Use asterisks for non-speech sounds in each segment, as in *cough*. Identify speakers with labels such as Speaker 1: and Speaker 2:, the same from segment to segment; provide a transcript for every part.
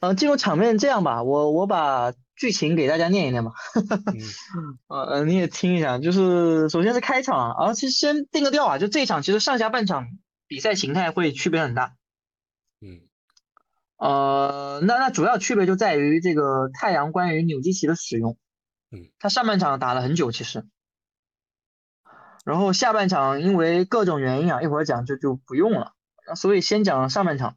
Speaker 1: 呃，进入场面这样吧，我我把剧情给大家念一念吧。
Speaker 2: 嗯
Speaker 1: 呃呃，你也听一下，就是首先是开场啊，啊，其实先定个调啊，就这一场其实上下半场比赛形态会区别很大。
Speaker 2: 嗯
Speaker 1: 呃，那那主要区别就在于这个太阳关于纽基奇的使用，
Speaker 2: 嗯，
Speaker 1: 他上半场打了很久其实，然后下半场因为各种原因啊，一会儿讲就就不用了，那所以先讲上半场，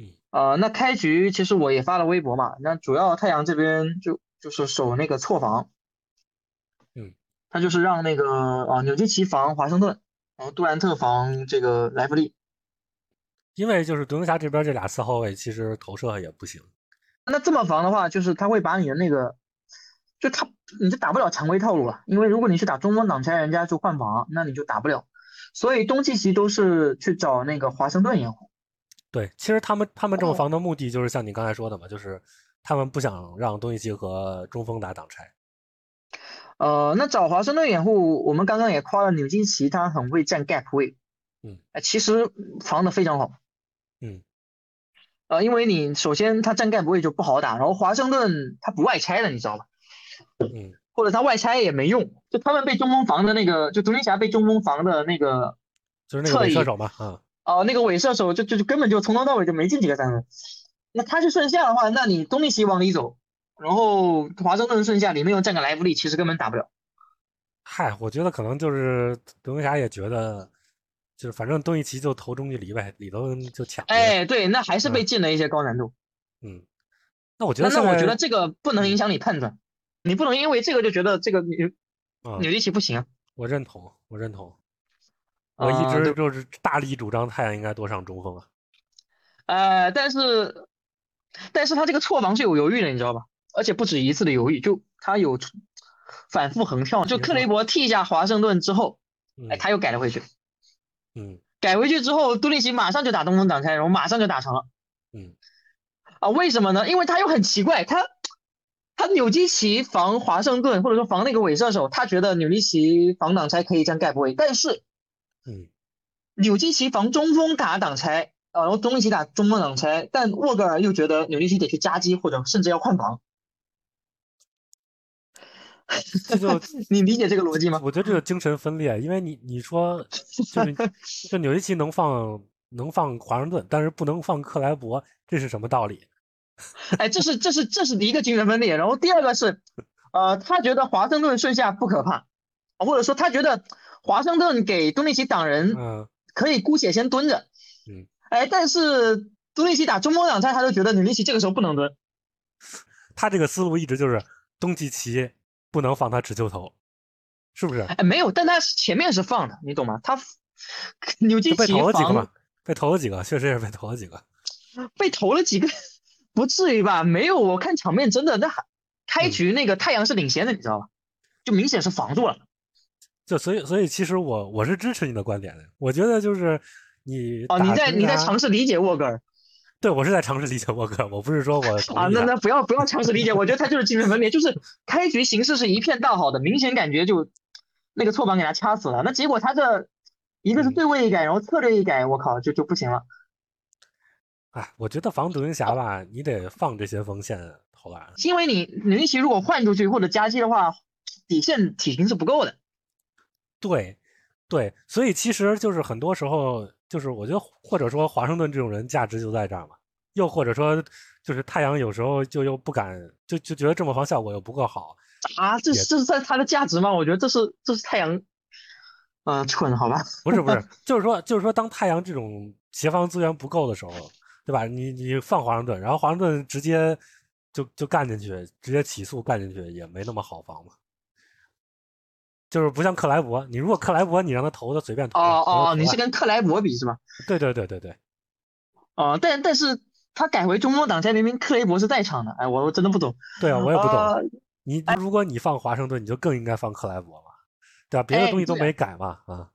Speaker 2: 嗯，
Speaker 1: 呃，那开局其实我也发了微博嘛，那主要太阳这边就就是守那个错防，
Speaker 2: 嗯，
Speaker 1: 他就是让那个啊、呃纽基奇防华盛顿，然后杜兰特防这个莱弗利，
Speaker 2: 因为就是独行侠这边这俩四后卫其实投射也不行，
Speaker 1: 那这么防的话，就是他会把你的那个，就他你就打不了常规套路了，因为如果你去打中锋挡拆，人家就换防，那你就打不了。所以东契奇都是去找那个华盛顿掩护。
Speaker 2: 对，其实他们他们这么
Speaker 1: 哦
Speaker 2: 防的目的就是像你刚才说的嘛，就是他们不想让东契奇和中锋打挡拆。
Speaker 1: 呃，那找华盛顿掩护，我们刚刚也夸了纽基奇，他很会站 gap 位。
Speaker 2: 嗯，
Speaker 1: 哎，其实防的非常好。
Speaker 2: 嗯，
Speaker 1: 呃，因为你首先他站 gap 位就不好打，然后华盛顿他不外拆的，你知道吧？
Speaker 2: 嗯
Speaker 1: 或者他外拆也没用，就他们被中锋防的那个，就独行侠被中锋防的那个
Speaker 2: 就是那个
Speaker 1: 侧
Speaker 2: 伪
Speaker 1: 翼
Speaker 2: 射手嘛，啊，
Speaker 1: 哦，那个伪射手就就就根本就从头到尾就没进几个三分。那他去顺下的话，那你东契奇往里走，然后华盛顿顺下里面又站个莱弗利，其实根本打不了。
Speaker 2: 嗨，我觉得可能就是独行侠也觉得，就是反正东契奇就投中距离呗，里头就抢。，
Speaker 1: 哎，对，那还是被进了一些高难度。
Speaker 2: 嗯，那我觉
Speaker 1: 但
Speaker 2: 得
Speaker 1: 是
Speaker 2: 现
Speaker 1: 我觉
Speaker 2: 在
Speaker 1: 得这个不能影响你判断，你不能因为这个就觉得这个纽
Speaker 2: 啊、
Speaker 1: 纽基奇不行。
Speaker 2: 我认同，我认同，我一
Speaker 1: 啊
Speaker 2: 直
Speaker 1: 对
Speaker 2: 就是大力主张太阳应该多上中锋啊。
Speaker 1: 呃，但是但是他这个错防是有犹豫的，你知道吧？而且不止一次的犹豫，就他有反复横跳。就克雷伯踢一下华盛顿之后，
Speaker 2: 嗯
Speaker 1: 哎，他又改了回去。
Speaker 2: 嗯
Speaker 1: 改回去之后，杜立奇马上就打东风挡拆，然后马上就打成了
Speaker 2: 嗯
Speaker 1: 啊！为什么呢？因为他又很奇怪，他他纽基奇防华盛顿，或者说防那个伪射手，他觉得纽基奇防挡拆可以这样盖不位，但是
Speaker 2: 嗯
Speaker 1: 纽基奇防中锋打挡拆，啊，然后东契奇打中锋挡拆，但沃格尔又觉得纽基奇得去夹击，或者甚至要换防。*laughs*
Speaker 2: 这就
Speaker 1: 你理解这个逻辑吗？
Speaker 2: 我觉得这个精神分裂，因为你你
Speaker 1: *laughs*
Speaker 2: 说就是你就纽约奇能放能放华盛顿，但是不能放克莱伯，这是什么道理？
Speaker 1: 哎，这是这是这是一个精神分裂。然后第二个是，呃，他觉得华盛顿顺下不可怕，或者说他觉得华盛顿给东契奇挡人
Speaker 2: 嗯，
Speaker 1: 可以姑且先蹲着。
Speaker 2: 嗯，
Speaker 1: 哎，但是东契奇打中锋挡拆，他就觉得努力奇这个时候不能蹲。
Speaker 2: 他这个思路一直就是东契奇不能放他持球投，是不
Speaker 1: *laughs*
Speaker 2: 是？
Speaker 1: 哎，没有，但他前面是放的，你懂吗？他纽基
Speaker 2: 就被
Speaker 1: 奇
Speaker 2: 投了几个
Speaker 1: 防
Speaker 2: 嘛，被投了几个，确实也被投了几个。
Speaker 1: 被投了几个， *laughs* 不至于吧？没有，我看场面真的，那还开
Speaker 2: 嗯
Speaker 1: 局那个太阳是领先的，你知道吧？就明显是防住了。
Speaker 2: 就所以所以其实我我是支持你的观点的，我觉得就是你
Speaker 1: 哦，你
Speaker 2: 打
Speaker 1: 在
Speaker 2: 平
Speaker 1: 你在
Speaker 2: 他
Speaker 1: 尝试理解沃格尔。
Speaker 2: 对我是在尝试理解沃克，我不是
Speaker 1: *laughs*
Speaker 2: 说我同
Speaker 1: 啊，
Speaker 2: 意
Speaker 1: 那
Speaker 2: 他
Speaker 1: 那不要不要强势理解，我觉得他就是精神分裂，就是开局形势是一片大好的，明显感觉就那个错板给他掐死了。那结果他这一个是
Speaker 2: 嗯
Speaker 1: 对位一改，然后策略一改，我靠，就就不行了。
Speaker 2: 哎，我觉得防独行侠吧，你得放这些锋线投篮。
Speaker 1: 因为你努尼奇如果换出去或者夹击的话，底线体型是不够的。
Speaker 2: 对，对，所以其实就是很多时候，就是我觉得，或者说华盛顿这种人价值就在这儿嘛，又或者说就是太阳有时候就又不敢，就就觉得这么防效果又不够好，
Speaker 1: 啊，这
Speaker 2: 也
Speaker 1: 这是在他的价值吗？我觉得这是这是太阳，嗯、蠢
Speaker 2: *laughs*
Speaker 1: 好吧？
Speaker 2: 不是不
Speaker 1: *laughs*
Speaker 2: 是，就是说就是说，当太阳这种协防资源不够的时候，对吧？你你放华盛顿，然后华盛顿直接就就干进去，直接起速干进去也没那么好防嘛。就是不像克莱伯，你如果克莱伯，你让他投他随便投，
Speaker 1: 哦
Speaker 2: 投就
Speaker 1: 哦
Speaker 2: 投
Speaker 1: 哦，你
Speaker 2: 了
Speaker 1: 是跟克莱伯比是吧？
Speaker 2: 对对对对对，
Speaker 1: 哦，但但是他改回中锋挡拆，明明克雷伯是在场的。哎，我我真的不懂。
Speaker 2: 对啊，我也不懂。
Speaker 1: 啊
Speaker 2: 你如果你放华盛顿，你就更应该放克莱伯嘛，对吧？啊别的
Speaker 1: 哎
Speaker 2: 东西都
Speaker 1: 对
Speaker 2: 没改嘛，啊，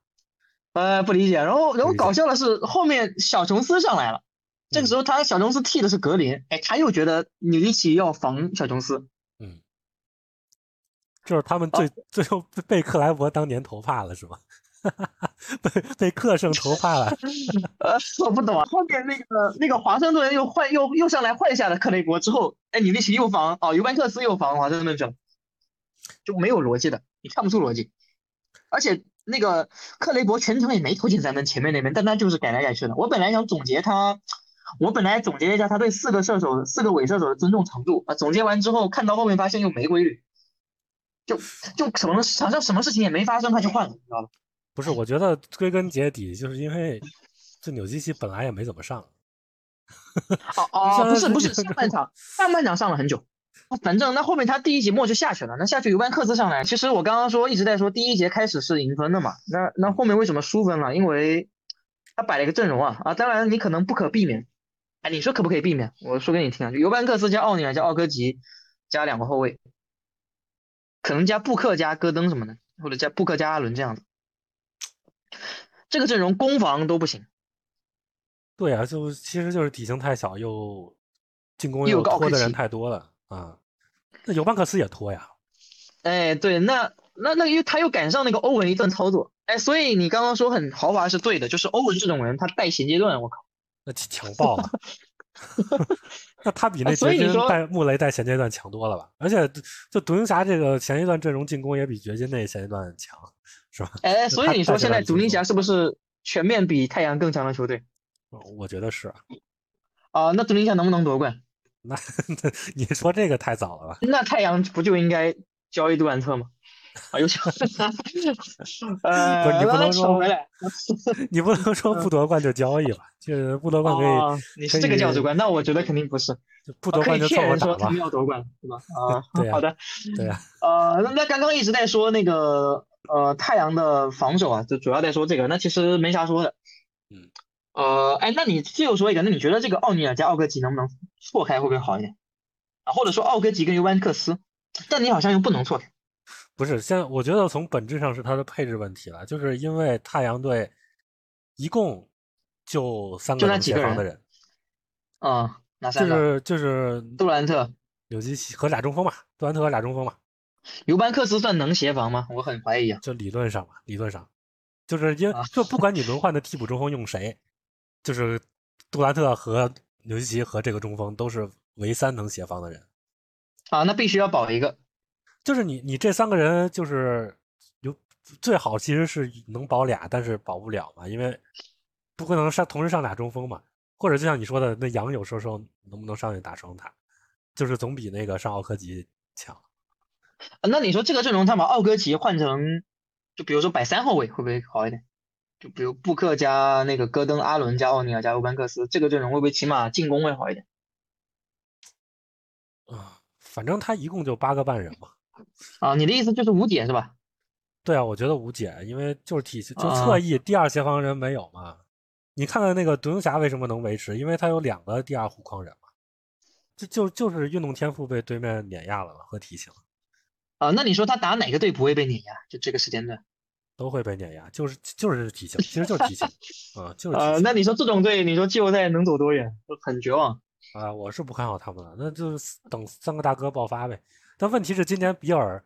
Speaker 1: 呃，不理解。然后，然
Speaker 2: 不
Speaker 1: 后
Speaker 2: 理解嗯
Speaker 1: 搞笑的是，后面小琼斯上来了，这个时候他小琼斯替的是格林，哎，他又觉得纽基奇要防小琼斯，哦
Speaker 2: 就是他们最最后被克莱伯当年投怕了是吧？ *laughs* 被被客胜投怕了。
Speaker 1: 呃， *laughs* 我不懂啊。后面那个那个华盛顿又换又又上来换下了克雷伯之后，哎，你利奇又防哦，尤班克斯又防华盛顿去了，就没有逻辑的，你看不出逻辑。而且那个克雷伯全程也没投进咱们前面那边，但他就是改来改去的。我本来想总结他，我本来总结了一下他对四个射手、四个伪射手的尊重程度啊，总结完之后看到后面发现又没规律，就就什么好像什么事情也没发生，他就换了，你知道吧？
Speaker 2: 不是，我觉得归根结底就是因为这纽基奇本来也没怎么上，
Speaker 1: 哦
Speaker 2: 上
Speaker 1: 哦，不是
Speaker 2: 半
Speaker 1: 不是，
Speaker 2: 场
Speaker 1: 上半场上半场上了很久，哦反正那后面他第一节末就下去了，那下去尤班克斯上来。其实我刚刚说一直在说第一节开始是赢分的嘛，那那后面为什么输分了？因为他摆了一个阵容啊啊，当然你可能不可避免，哎，你说可不可以避免？我说给你听啊，就尤班克斯加奥尼尔加奥科吉加两个后卫，可能加布克加戈登什么的，或者加布克加阿伦这样子。这个阵容攻防都不行，
Speaker 2: 对啊，就其实就是体型太小，又进攻
Speaker 1: 又
Speaker 2: 又
Speaker 1: 有个奥
Speaker 2: 拖
Speaker 1: 克
Speaker 2: 的人
Speaker 1: 奇
Speaker 2: 太多了啊。那尤班克斯也拖呀，
Speaker 1: 哎，对，那那那又他又赶上那个欧文一顿操作，哎，所以你刚刚说很豪华是对的，就是欧文这种人他带衔接段，我靠，
Speaker 2: 那强
Speaker 1: *laughs*
Speaker 2: 爆啊！那他比那
Speaker 1: 啊所
Speaker 2: 掘
Speaker 1: 以你
Speaker 2: 金
Speaker 1: 说
Speaker 2: 带穆雷带前阶段强多了吧？而且就独行侠这个前一段阵容进攻也比掘金那前一段强，是吧？
Speaker 1: 哎，所以
Speaker 2: 他
Speaker 1: 你
Speaker 2: 带
Speaker 1: 说
Speaker 2: 着
Speaker 1: 现
Speaker 2: 篮
Speaker 1: 在
Speaker 2: 球
Speaker 1: 独行
Speaker 2: 走
Speaker 1: 侠是不是全面比太阳更强的球队
Speaker 2: 我觉得是啊。 *laughs*
Speaker 1: 啊、那独行侠能不能夺冠？
Speaker 2: 那你说这个太早了吧？ *laughs*
Speaker 1: 那太阳不就应该交易杜兰特吗？啊，有
Speaker 2: *laughs*
Speaker 1: 想，呃，
Speaker 2: 不是你不
Speaker 1: 那
Speaker 2: 能
Speaker 1: 扯
Speaker 2: 说
Speaker 1: 回来
Speaker 2: 你不能说不夺冠就交易吧？就是不夺冠可以，
Speaker 1: 嗯哦，你是这个价值观，那我觉得肯定不是，
Speaker 2: 就不
Speaker 1: 啊
Speaker 2: 夺
Speaker 1: 可
Speaker 2: 冠
Speaker 1: 以
Speaker 2: 就
Speaker 1: 骗
Speaker 2: 凑合
Speaker 1: 人
Speaker 2: 打
Speaker 1: 说他
Speaker 2: 吧
Speaker 1: 们。要夺冠，
Speaker 2: *laughs*，
Speaker 1: 对吧？啊
Speaker 2: 对呀
Speaker 1: 好的。
Speaker 2: 对啊，
Speaker 1: 呃，那那刚刚一直在说那个呃太阳的防守啊，就主要在说这个，那其实没啥说的。
Speaker 2: 嗯，
Speaker 1: 呃，哎，那你最后说一个，那你觉得这个奥尼尔加奥科吉能不能错开会不会好一点啊？或者说奥科吉跟尤班克斯，但你好像又不能错开。
Speaker 2: 不是，现在我觉得从本质上是他的配置问题了，就是因为太阳队一共就三个
Speaker 1: 就那
Speaker 2: 能
Speaker 1: 几
Speaker 2: 协
Speaker 1: 个
Speaker 2: 防的
Speaker 1: 人
Speaker 2: 人，
Speaker 1: 嗯，哪
Speaker 2: 就
Speaker 1: 三个？
Speaker 2: 是就是
Speaker 1: 杜兰特、
Speaker 2: 纽基奇和俩中锋嘛，杜兰特和俩中锋嘛，
Speaker 1: 尤班克斯算能协防吗？我很怀疑啊。
Speaker 2: 就理论上嘛，理论上，就是因为
Speaker 1: 啊
Speaker 2: 就不管你轮换的替补中锋用谁，就是杜兰特和纽基奇和这个中锋都是唯三能协防的人，
Speaker 1: 啊，那必须要保一个。
Speaker 2: 就是你你这三个人就是有最好其实是能保俩，但是保不了嘛，因为不可能上同时上俩中锋嘛，或者就像你说的，那杨有时候能不能上去打双塔，就是总比那个上奥科吉强。
Speaker 1: 啊那你说这个阵容，他把奥科吉换成，就比如说摆三后卫会不会好一点？就比如布克加那个戈登、阿伦加奥尼尔加欧班克斯，这个阵容会不会起码进攻会好一点？
Speaker 2: 啊，反正他一共就八个半人嘛。
Speaker 1: 啊，你的意思就是无解是吧？
Speaker 2: 对啊，我觉得无解，因为就是体系就侧
Speaker 1: 啊
Speaker 2: 翼第二协防人没有嘛。你看看那个独行侠为什么能维持，因为他有两个第二护框人嘛。就就就是运动天赋被对面碾压了嘛，和体型
Speaker 1: 啊，那你说他打哪个队不会被碾压？就这个时间段。
Speaker 2: 都会被碾压，就是就是体型，其实就
Speaker 1: *laughs*
Speaker 2: 是体型啊，就是体
Speaker 1: 呃，
Speaker 2: 型
Speaker 1: 那你说这种队，你说季后赛能走多远？就很绝望。
Speaker 2: 啊，我是不看好他们了，那就是等三个大哥爆发呗。但问题是今年比尔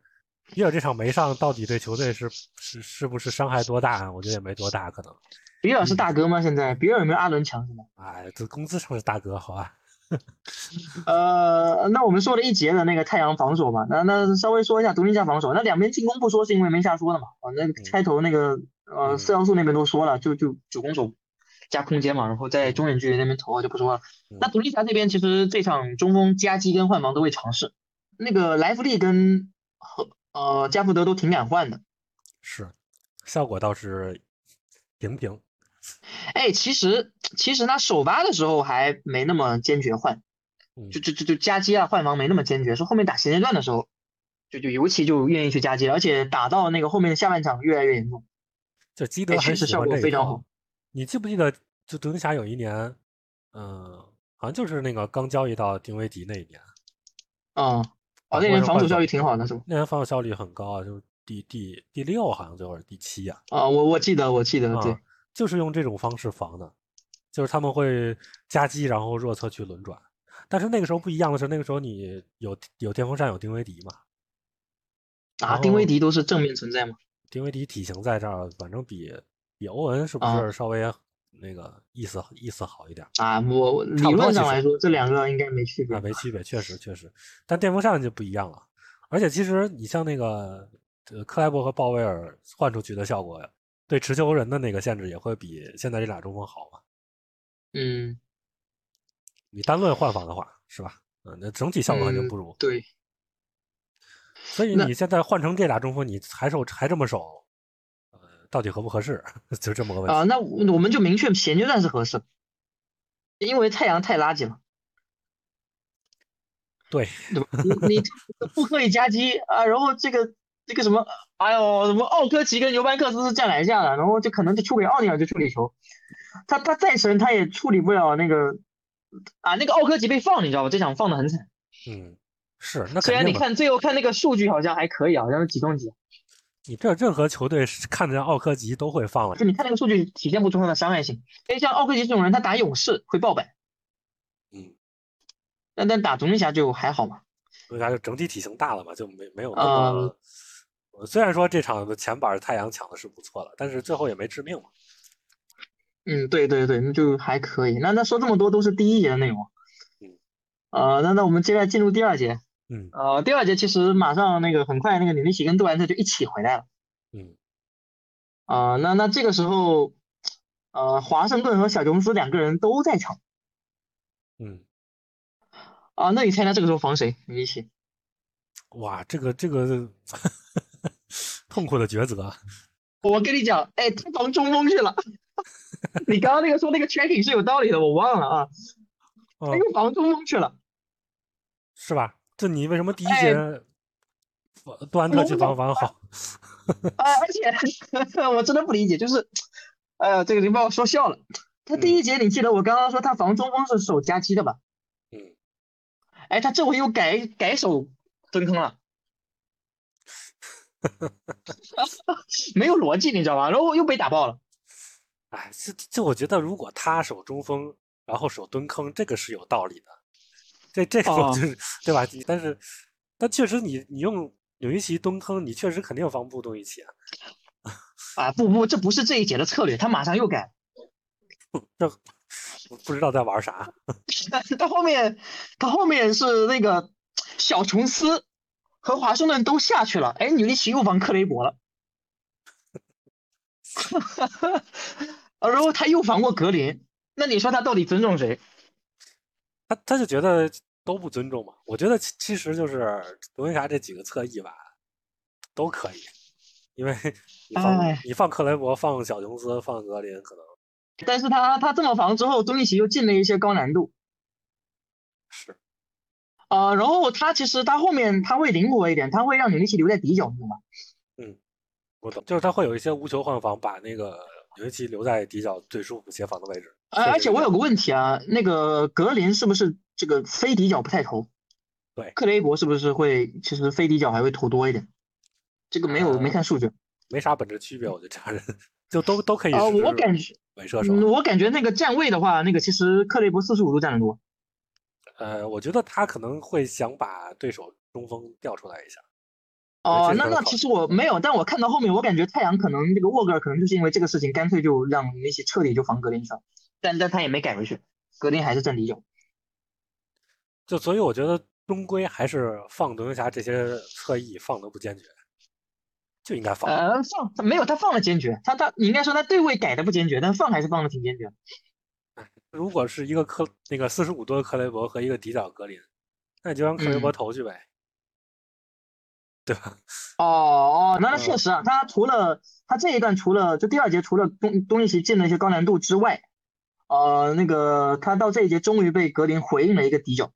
Speaker 2: 比尔这场没上，到底对球队是是是不是伤害多大？啊我觉得也没多大，可能。
Speaker 1: 比尔是大哥吗？现在比尔有没有阿伦强？现在？
Speaker 2: 哎，这工资上是大哥，好吧？
Speaker 1: 呃，那我们说了一节的那个太阳防守吧，那那稍微说一下独行侠防守。那两边进攻不说，是因为没啥说的嘛。啊，那开头那个呃
Speaker 2: 嗯
Speaker 1: 四要素那边都说了，就就九攻手加空间嘛，然后在中远距离那边投啊就不说了。
Speaker 2: 嗯
Speaker 1: 那独行侠这边其实这场中锋夹击跟换防都会尝试，那个莱弗利跟和呃加福德都挺敢换的。
Speaker 2: 是，效果倒是平平。
Speaker 1: 哎，其实其实他首发的时候还没那么坚决换，
Speaker 2: 嗯
Speaker 1: 就就就就夹击啊换防没那么坚决，是后面打衔接段的时候，就就尤其就愿意去夹击，而且打到那个后面下半场越来越严重。
Speaker 2: 就基
Speaker 1: 哎
Speaker 2: 德
Speaker 1: 确
Speaker 2: 很
Speaker 1: 实
Speaker 2: 喜
Speaker 1: 效
Speaker 2: 欢
Speaker 1: 果
Speaker 2: 这一
Speaker 1: 非常
Speaker 2: 套
Speaker 1: 好。
Speaker 2: 你记不记得，就独行侠有一年，嗯、好像就是那个刚交易到丁威迪那一年，
Speaker 1: 嗯，
Speaker 2: 啊把
Speaker 1: 哦，那
Speaker 2: 握
Speaker 1: 人
Speaker 2: 着
Speaker 1: 防
Speaker 2: 换
Speaker 1: 守效
Speaker 2: 防
Speaker 1: 率挺好的，是吧？
Speaker 2: 那年防守效率很高啊，就是第第第六好像最后是第七呀、
Speaker 1: 啊、我我记得我记得，
Speaker 2: 啊，
Speaker 1: 对，
Speaker 2: 就是用这种方式防的，就是他们会夹击，然后弱侧去轮转。但是那个时候不一样的是，那个时候你有有电风扇，有丁威迪嘛，然
Speaker 1: 啊，丁威
Speaker 2: 后
Speaker 1: 迪都是正面存在嘛。
Speaker 2: 丁威迪体型在这儿，反正比比欧文是不
Speaker 1: 啊
Speaker 2: 是稍微那个意思、意思好一点？
Speaker 1: 啊，我理
Speaker 2: 差不
Speaker 1: 论
Speaker 2: 多其
Speaker 1: 上
Speaker 2: 实
Speaker 1: 来说，这两个应该没区别
Speaker 2: 啊，。没区别，确实确实，但电风扇就不一样了。而且其实你像那个呃克莱伯和鲍威尔换出去的效果，对持球人的那个限制也会比现在这俩中锋好嘛？
Speaker 1: 嗯，
Speaker 2: 你单论换防的话，是吧？嗯，那整体效果肯定
Speaker 1: 嗯
Speaker 2: 不如。
Speaker 1: 对，
Speaker 2: 所以
Speaker 1: 那
Speaker 2: 你现在换成这俩中锋，你还守还这么守，呃，到底合不合适？ *laughs* 就这么个问题。
Speaker 1: 啊，那我我们就明确衔接段是合适的，因为太阳太垃圾了，
Speaker 2: 对，
Speaker 1: 对吧？你你布克一夹击啊，然后这个这个什么，哎呦，什么奥科齐跟尤班克斯是站篮下的，然后就可能就处给奥尼尔就处理球，他他再神他也处理不了那个啊，那个奥科齐被放，你知道吧？这场放的很惨，
Speaker 2: 嗯，是。那
Speaker 1: 虽
Speaker 2: 肯
Speaker 1: 然
Speaker 2: 定
Speaker 1: 你
Speaker 2: 的。
Speaker 1: 看最后看那个数据好像还可以啊，好像是几中几，
Speaker 2: 你这任何球队是看见奥科吉都会放了
Speaker 1: 就，你看那个数据体现不出他的伤害性。哎，像奥克齐这种人，他打勇士会爆板，
Speaker 2: 嗯，
Speaker 1: 但但打独行侠就还好嘛。
Speaker 2: 所以他就整体体型大了嘛，就没没有那么。呃虽然说这场的前板太阳抢的是不错了，但是最后也没致命嘛。
Speaker 1: 嗯，对对对，那就还可以。那那说这么多都是第一节的内容。
Speaker 2: 嗯。
Speaker 1: 呃，那那我们接下来进入第二节。
Speaker 2: 嗯
Speaker 1: 呃，第二节其实马上那个很快那个纽尼奇跟杜兰特就一起回来了。
Speaker 2: 嗯
Speaker 1: 啊、那那这个时候，呃，华盛顿和小琼斯两个人都在场
Speaker 2: 嗯，
Speaker 1: 啊、那你猜他这个时候防谁？纽尼奇？
Speaker 2: 哇，这个这个 *laughs* 痛苦的抉择，啊
Speaker 1: 我跟你讲，哎，他防中锋去了。 *laughs* 你刚刚那个说那个 tracking 是有道理的，我忘了啊，
Speaker 2: 嗯
Speaker 1: 那，个防中锋去了。
Speaker 2: 是吧？这你为什么第一
Speaker 1: 哎
Speaker 2: 节防杜兰特
Speaker 1: 我
Speaker 2: 去
Speaker 1: 不
Speaker 2: 防防好？
Speaker 1: 啊，而且 *laughs* 我真的不理解，就是，呃，这个你把我说笑了。他第一节你记得我刚刚说他防中锋是守夹击的吧？
Speaker 2: 嗯，
Speaker 1: 哎，他这回又改改守蹲坑了，没有逻辑，你知道吧？然后又被打爆了。
Speaker 2: 哎，这这我觉得如果他守中锋，然后守蹲坑，这个是有道理的。这这个我
Speaker 1: 哦
Speaker 2: 就是、对吧？你但是但确实你你用纽伊奇蹲坑，你确实肯定防不住东契奇啊。
Speaker 1: 啊，不不，这不是这一节的策略，他马上又改。
Speaker 2: 这我不知道在玩啥。
Speaker 1: 但是到后面，他后面是那个小琼斯和华盛顿都下去了，哎，纽尼奇又防克雷伯了， *laughs* 呃然后他又防过格林，那你说他到底尊重谁？
Speaker 2: 他他就觉得都不尊重嘛。我觉得其其实就是独行侠这几个侧翼吧，都可以，因为 *laughs* 你放、
Speaker 1: 哎
Speaker 2: 你放克雷伯、放小琼斯、放格林，可能
Speaker 1: 但是他他这么防之后，东契奇又进了一些高难度，
Speaker 2: 是
Speaker 1: 呃，然后他其实他后面他会灵活一点，他会让纽尼奇留在底角，你懂吗？
Speaker 2: 我懂，就是他会有一些无球换防，把那个纽伊奇留在底角最舒服协防的位置。
Speaker 1: 而哎
Speaker 2: 确
Speaker 1: 而
Speaker 2: 实
Speaker 1: 且
Speaker 2: 是
Speaker 1: 我
Speaker 2: 这
Speaker 1: 有
Speaker 2: 样
Speaker 1: 个问题啊，那个格林是不是这个非底角不太投？
Speaker 2: 对
Speaker 1: 克雷伯是不是会其实非底角还会投多一点？这个没有没
Speaker 2: 呃
Speaker 1: 看数据
Speaker 2: 没啥本质区别，我觉得这样人就都都可以
Speaker 1: 啊，
Speaker 2: 是
Speaker 1: 我感觉
Speaker 2: 伪射手。
Speaker 1: 嗯我感觉那个站位的话，那个其实克雷伯四十五度站得多。
Speaker 2: 呃，我觉得他可能会想把对手中锋调出来一下。
Speaker 1: 哦，
Speaker 2: 这
Speaker 1: 那
Speaker 2: 个
Speaker 1: 那
Speaker 2: 靠
Speaker 1: 其实我没有，但我看到后面，我感觉太阳可能这个沃格尔可能就是因为这个事情，干脆就让梅西彻底就防格林去了，但但他也没改回去，格林还是站底角。
Speaker 2: 就所以我觉得终归还是放独行侠这些侧翼放的不坚决，就应该放。
Speaker 1: 呃，放他没有，他放的坚决，他他你应该说他对位改的不坚决，但放还是放的挺坚决的。
Speaker 2: 如果是一个克那个四十五度的克雷伯和一个底角格林，那你就让克雷伯
Speaker 1: 嗯
Speaker 2: 投去呗。
Speaker 1: 哦哦，那那
Speaker 2: 嗯
Speaker 1: 确实啊，他除了他这一段除了就第二节除了东东契奇进了一些高难度之外，呃，那个他到这一节终于被格林回应了一个底角。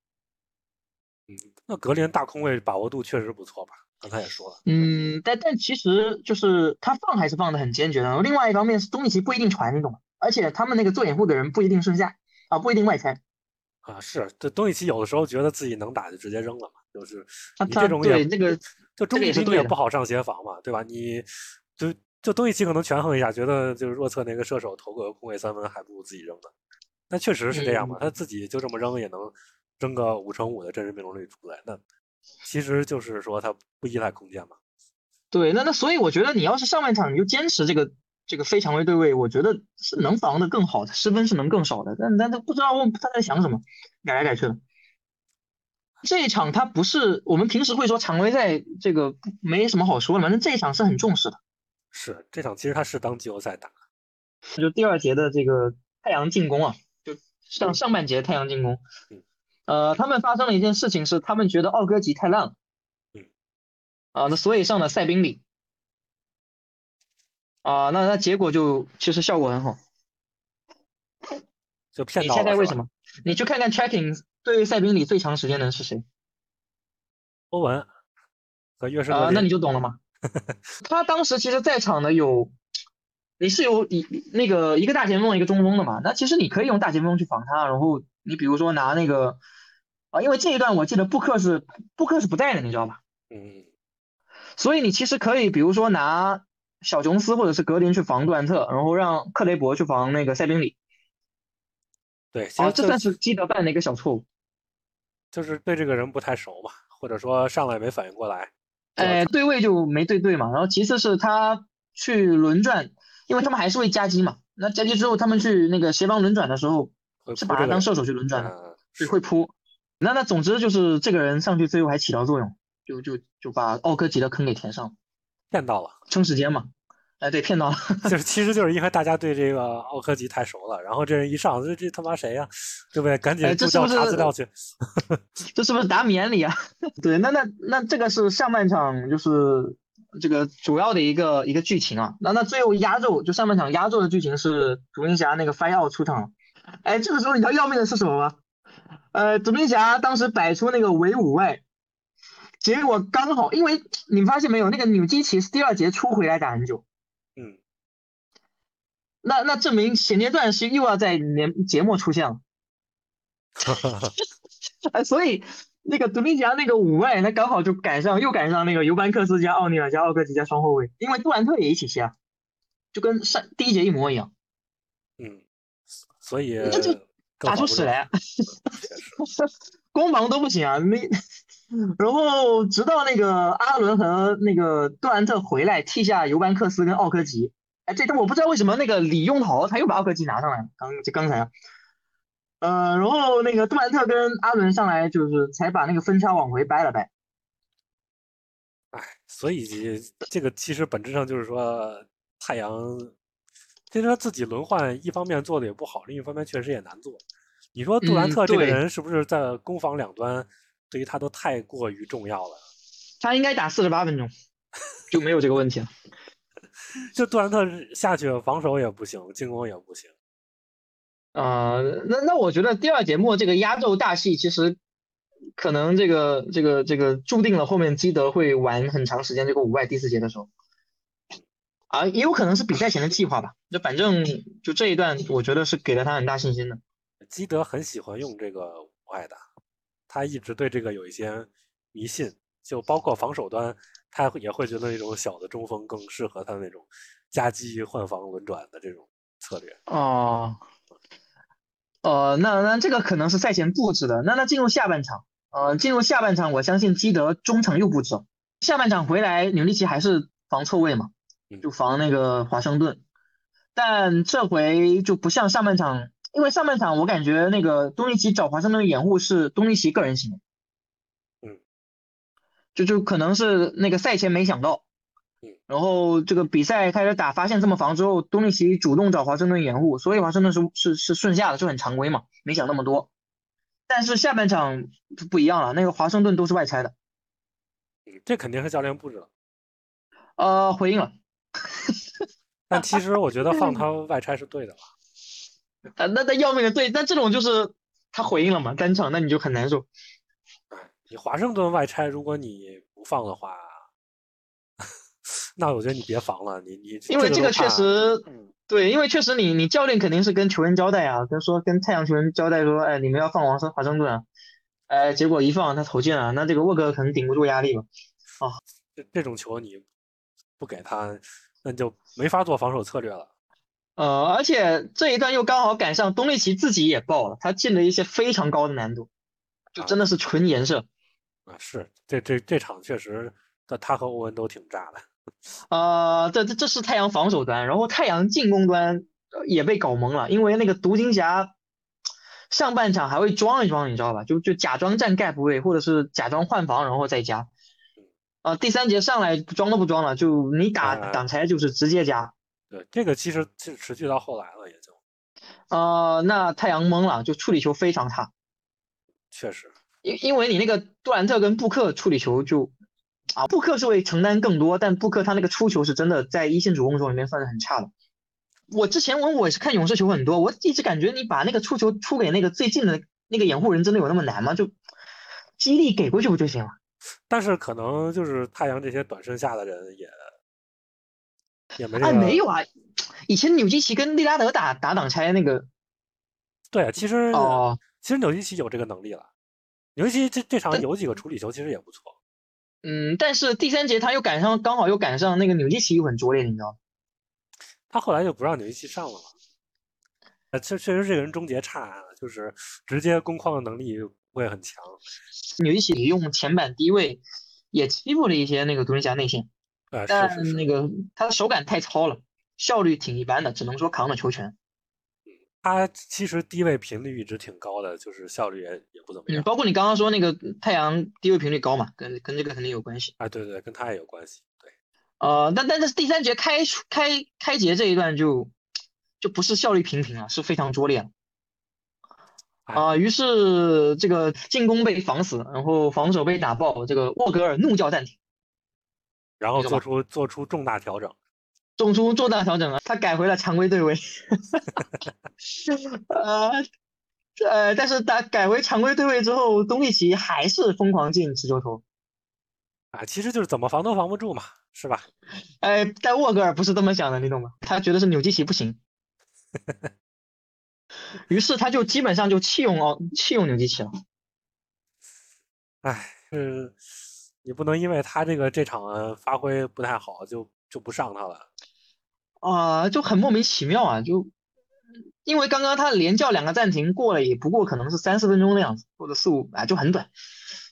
Speaker 2: 嗯那格林大空位把握度确实不错吧？刚才也说了，
Speaker 1: 嗯，但但其实就是他放还是放的很坚决的。然后另外一方面是东契奇不一定传，你懂吗？而且他们那个做掩护的人不一定顺下啊，不一定外拆。
Speaker 2: 啊，是这东契奇有的时候觉得自己能打就直接扔了嘛，就是
Speaker 1: 他
Speaker 2: 你
Speaker 1: 啊他
Speaker 2: 这种
Speaker 1: 对
Speaker 2: 也
Speaker 1: 那个
Speaker 2: 就中
Speaker 1: 这个
Speaker 2: 距
Speaker 1: 也是
Speaker 2: 离你
Speaker 1: 对
Speaker 2: 也
Speaker 1: 的
Speaker 2: 不好上协防嘛，对吧？你就就东契奇可能权衡一下，觉得就是弱侧那个射手投个空位三分还不如自己扔呢。那确实是这
Speaker 1: 嗯
Speaker 2: 样嘛，他自己就这么扔也能扔个五乘五的真实命中率出来，那其实就是说他不依赖空间嘛。
Speaker 1: 对，那那所以我觉得你要是上半场你就坚持这个这个非常规对位，我觉得是能防的更好的，失分是能更少的。但但他不知道问他在想什么，改来改去的。这一场他不是我们平时会说常规赛这个不没什么好说的，反正这一场是很重视的。
Speaker 2: 是这场其实他是当季后赛打，
Speaker 1: 就第二节的这个太阳进攻啊，就上上半节太阳进攻
Speaker 2: 嗯，
Speaker 1: 呃，他们发生了一件事情是，他们觉得奥戈吉太烂了
Speaker 2: 嗯，
Speaker 1: 啊、那所以上了塞宾里，啊、那那结果就其实效果很好。
Speaker 2: 就骗
Speaker 1: 你
Speaker 2: 到
Speaker 1: 现在
Speaker 2: 了。
Speaker 1: 为
Speaker 2: 是
Speaker 1: 什
Speaker 2: 吧
Speaker 1: 么？你去看看 tracking 对于塞宾里最长时间的人是谁
Speaker 2: 欧文和约什
Speaker 1: 啊、
Speaker 2: 格
Speaker 1: 那
Speaker 2: 林
Speaker 1: 你就懂了嘛。 *laughs* 他当时其实在场的有，你是有你那个一个大前锋一个中锋的嘛？那其实你可以用大前锋去防他，然后你比如说拿那个啊，因为这一段我记得布克是布克是不在的，你知道吧？
Speaker 2: 嗯，
Speaker 1: 所以你其实可以，比如说拿小琼斯或者是格林去防杜兰特，然后让克雷伯去防那个塞宾里。
Speaker 2: 对，其
Speaker 1: 啊，
Speaker 2: 实
Speaker 1: 这
Speaker 2: 就
Speaker 1: 算是基德犯的一个小错误。
Speaker 2: 就是对这个人不太熟嘛，或者说上来没反应过来。
Speaker 1: 哎，对位就没对对嘛。然后其次是他去轮转，因为他们还是会夹击嘛。那夹击之后，他们去那个协防轮转的时候，
Speaker 2: 会
Speaker 1: 是
Speaker 2: 呃扑
Speaker 1: 把他
Speaker 2: 这个
Speaker 1: 当
Speaker 2: 人
Speaker 1: 射手去轮转的，
Speaker 2: 嗯，
Speaker 1: 所
Speaker 2: 是
Speaker 1: 以会扑。那那总之就是这个人上去最后还起到作用，就就就把奥科吉的坑给填上了，
Speaker 2: 骗到
Speaker 1: *laughs*
Speaker 2: 了。
Speaker 1: 撑时间嘛。哎，对，骗到了。
Speaker 2: 就是其实就是因为大家对这个奥科吉太熟了，然后这人一上，这这他妈谁呀、对不对？赶紧
Speaker 1: 哎这是
Speaker 2: 助教
Speaker 1: 不
Speaker 2: 查资
Speaker 1: 是
Speaker 2: 料去。
Speaker 1: 这是不是打米恩里啊？ *laughs* 对，那那那这个是上半场就是这个主要的一个一个剧情啊。那那最后压轴就上半场压轴的剧情是独行侠那个 fire out 出场了。哎，这个时候你知道要命的是什么吗？呃，独行侠当时摆出那个围五外，结果刚好因为你们发现没有，那个纽基奇是第二节出回来打很久。
Speaker 2: 嗯，
Speaker 1: *laughs* 那那证明衔接段是又要在年节末出现了。哎， *laughs* 所以那个独行侠那个五外，那刚好就赶上，又赶上那个尤班克斯加奥尼尔加奥科吉加双后卫，因为杜兰特也一起下，就跟上第一节一模一样，
Speaker 2: 嗯，所以
Speaker 1: 这就打
Speaker 2: 更好
Speaker 1: 出
Speaker 2: 不
Speaker 1: 屎
Speaker 2: 了
Speaker 1: 来，啊
Speaker 2: 确实
Speaker 1: *laughs* 攻防都不行啊。那
Speaker 2: 嗯
Speaker 1: *laughs* 然后直到那个阿伦和那个杜兰特回来替下尤班克斯跟奥科吉，哎，这但我不知道为什么那个李用豪他又把奥科吉拿上来了，刚就刚才啊。呃，然后那个杜兰特跟阿伦上来就是才把那个分差往回掰了掰。
Speaker 2: 哎，所以这个其实本质上就是说，太阳其实他自己轮换，一方面做的也不好，另一方面确实也难做。你说杜兰
Speaker 1: 嗯
Speaker 2: 特这个
Speaker 1: 对
Speaker 2: 人是不是在攻防两端对于他都太过于重要了？
Speaker 1: 他应该打四十八分 *laughs* 钟，就没有这个问题了。
Speaker 2: 就杜兰特下去防守也不行，进攻也不行。
Speaker 1: 啊、那那我觉得第二节目这个压轴大戏，其实可能这个这个这个注定了后面基德会玩很长时间这个五外第四节的时候，啊，也有可能是比赛前的计划吧。就反正就这一段，我觉得是给了他很大信心的。
Speaker 2: 基德很喜欢用这个五外的，他一直对这个有一些迷信，就包括防守端，他会也会觉得那种小的中锋更适合他那种夹击换防轮转的这种策略。
Speaker 1: 哦，呃，那那这个可能是赛前布置的。那那进入下半场，呃，进入下半场，我相信基德中场又布置了。下半场回来，纽利奇还是防错位嘛，
Speaker 2: 嗯
Speaker 1: 就防那个华盛顿。但这回就不像上半场，因为上半场我感觉那个东契奇找华盛顿掩护是东契奇个人行为，
Speaker 2: 嗯，
Speaker 1: 就就可能是那个赛前没想到。然后这个比赛开始打，发现这么防之后，东契奇主动找华盛顿掩护，所以华盛顿是是是顺下的，就很常规嘛，没想那么多。但是下半场就不一样了，那个华盛顿都是外拆的，
Speaker 2: 嗯，这肯定是教练布置的。
Speaker 1: 呃，回应了，
Speaker 2: 但其实我觉得
Speaker 1: 嗯
Speaker 2: 放他外拆是对的吧？
Speaker 1: 呃，那那要命的，对，但这种就是他回应了嘛，单场那你就很难受。
Speaker 2: 哎，你华盛顿外拆，如果你不放的话， *laughs* 那我觉得你别防了，你你
Speaker 1: 因为
Speaker 2: 这
Speaker 1: 这
Speaker 2: 个
Speaker 1: 个
Speaker 2: 都
Speaker 1: 确，
Speaker 2: 怕
Speaker 1: 实
Speaker 2: 嗯，
Speaker 1: 对，因为确实你你教练肯定是跟球员交代啊，跟说跟太阳球员交代说，哎，你们要放王生华盛顿啊，哎，结果一放他投进了，那这个沃格可能顶不住压力了。
Speaker 2: 这这种球你不给他，那就没法做防守策略了。
Speaker 1: 呃，而且这一段又刚好赶上东契奇自己也爆了，他进了一些非常高的难度，就真的是纯颜射。
Speaker 2: 啊，是这这这场确实，他他和欧文都挺炸的。
Speaker 1: 啊、这这这是太阳防守端，然后太阳进攻端呃也被搞懵了，因为那个独行侠上半场还会装一装，你知道吧？就就假装站 gap 位，或者是假装换防然后再加。啊、第三节上来装都不装了，就你打
Speaker 2: 啊
Speaker 1: 挡拆就是直接加。
Speaker 2: 对，这个其实是持续到后来了，也就
Speaker 1: 啊，那太阳懵了，就处理球非常差，
Speaker 2: 确实
Speaker 1: 因因为你那个杜兰特跟布克处理球就啊，布克是会承担更多，但布克他那个出球是真的在一线主攻手里面算是很差的。我之前我我也是看勇士球很多，我一直感觉你把那个出球出给那个最近的那个掩护人，真的有那么难吗？就激励给过去不就行了？
Speaker 2: 但是可能就是太阳这些短身下的人也也没这
Speaker 1: 哎，
Speaker 2: 个
Speaker 1: 没有啊，以前纽基奇跟利拉德打打挡拆那个
Speaker 2: 对，啊其实、
Speaker 1: 哦，
Speaker 2: 其实纽基奇有这个能力了，纽基奇这这场
Speaker 1: 但
Speaker 2: 有几个处理球其实也不错，
Speaker 1: 嗯，但是第三节他又赶上，刚好又赶上那个纽基奇又很拙劣，你知道吗？
Speaker 2: 他后来就不让纽基奇上了嘛。呃，确确实这个人终结差啊，就是直接攻框的能力不会很强。
Speaker 1: 纽基奇用前板低位也欺负了一些那个独行侠内线，
Speaker 2: 呃，是是
Speaker 1: 但那
Speaker 2: 是，
Speaker 1: 个他的手感太糙了，效率挺一般的，只能说扛了球权。
Speaker 2: 他其实低位频率一直挺高的，就是效率也也不怎么
Speaker 1: 嗯，
Speaker 2: 样。
Speaker 1: 包括你刚刚说那个太阳低位频率高嘛，跟跟这个肯定有关系。
Speaker 2: 哎，对对，跟他也有关系。对，
Speaker 1: 呃，但但是第三节开出开开节这一段就就不是效率平平了，是非常拙劣了。
Speaker 2: 哎
Speaker 1: 啊、于是这个进攻被防死，然后防守被打爆，这个沃格尔怒叫暂停，
Speaker 2: 然后
Speaker 1: 这个
Speaker 2: 做
Speaker 1: 吧
Speaker 2: 出做出重大调整。
Speaker 1: 中出重大调整了，他改回了常规队位。呃呃，但是打改为常规队位之后，东契奇还是疯狂进持球球。
Speaker 2: 啊，其实就是怎么防都防不住嘛，是吧？
Speaker 1: 哎，但沃格尔不是这么想的，你懂吗？他觉得是纽基奇不行，于是他就基本上就弃用奥弃用纽基奇了。
Speaker 2: 是，你不能因为他这个这场呃发挥不太好就就不上他了。
Speaker 1: 啊、就很莫名其妙啊！就因为刚刚他连叫两个暂停，过了也不过可能是三四分钟的样子，或者四五啊，就很短，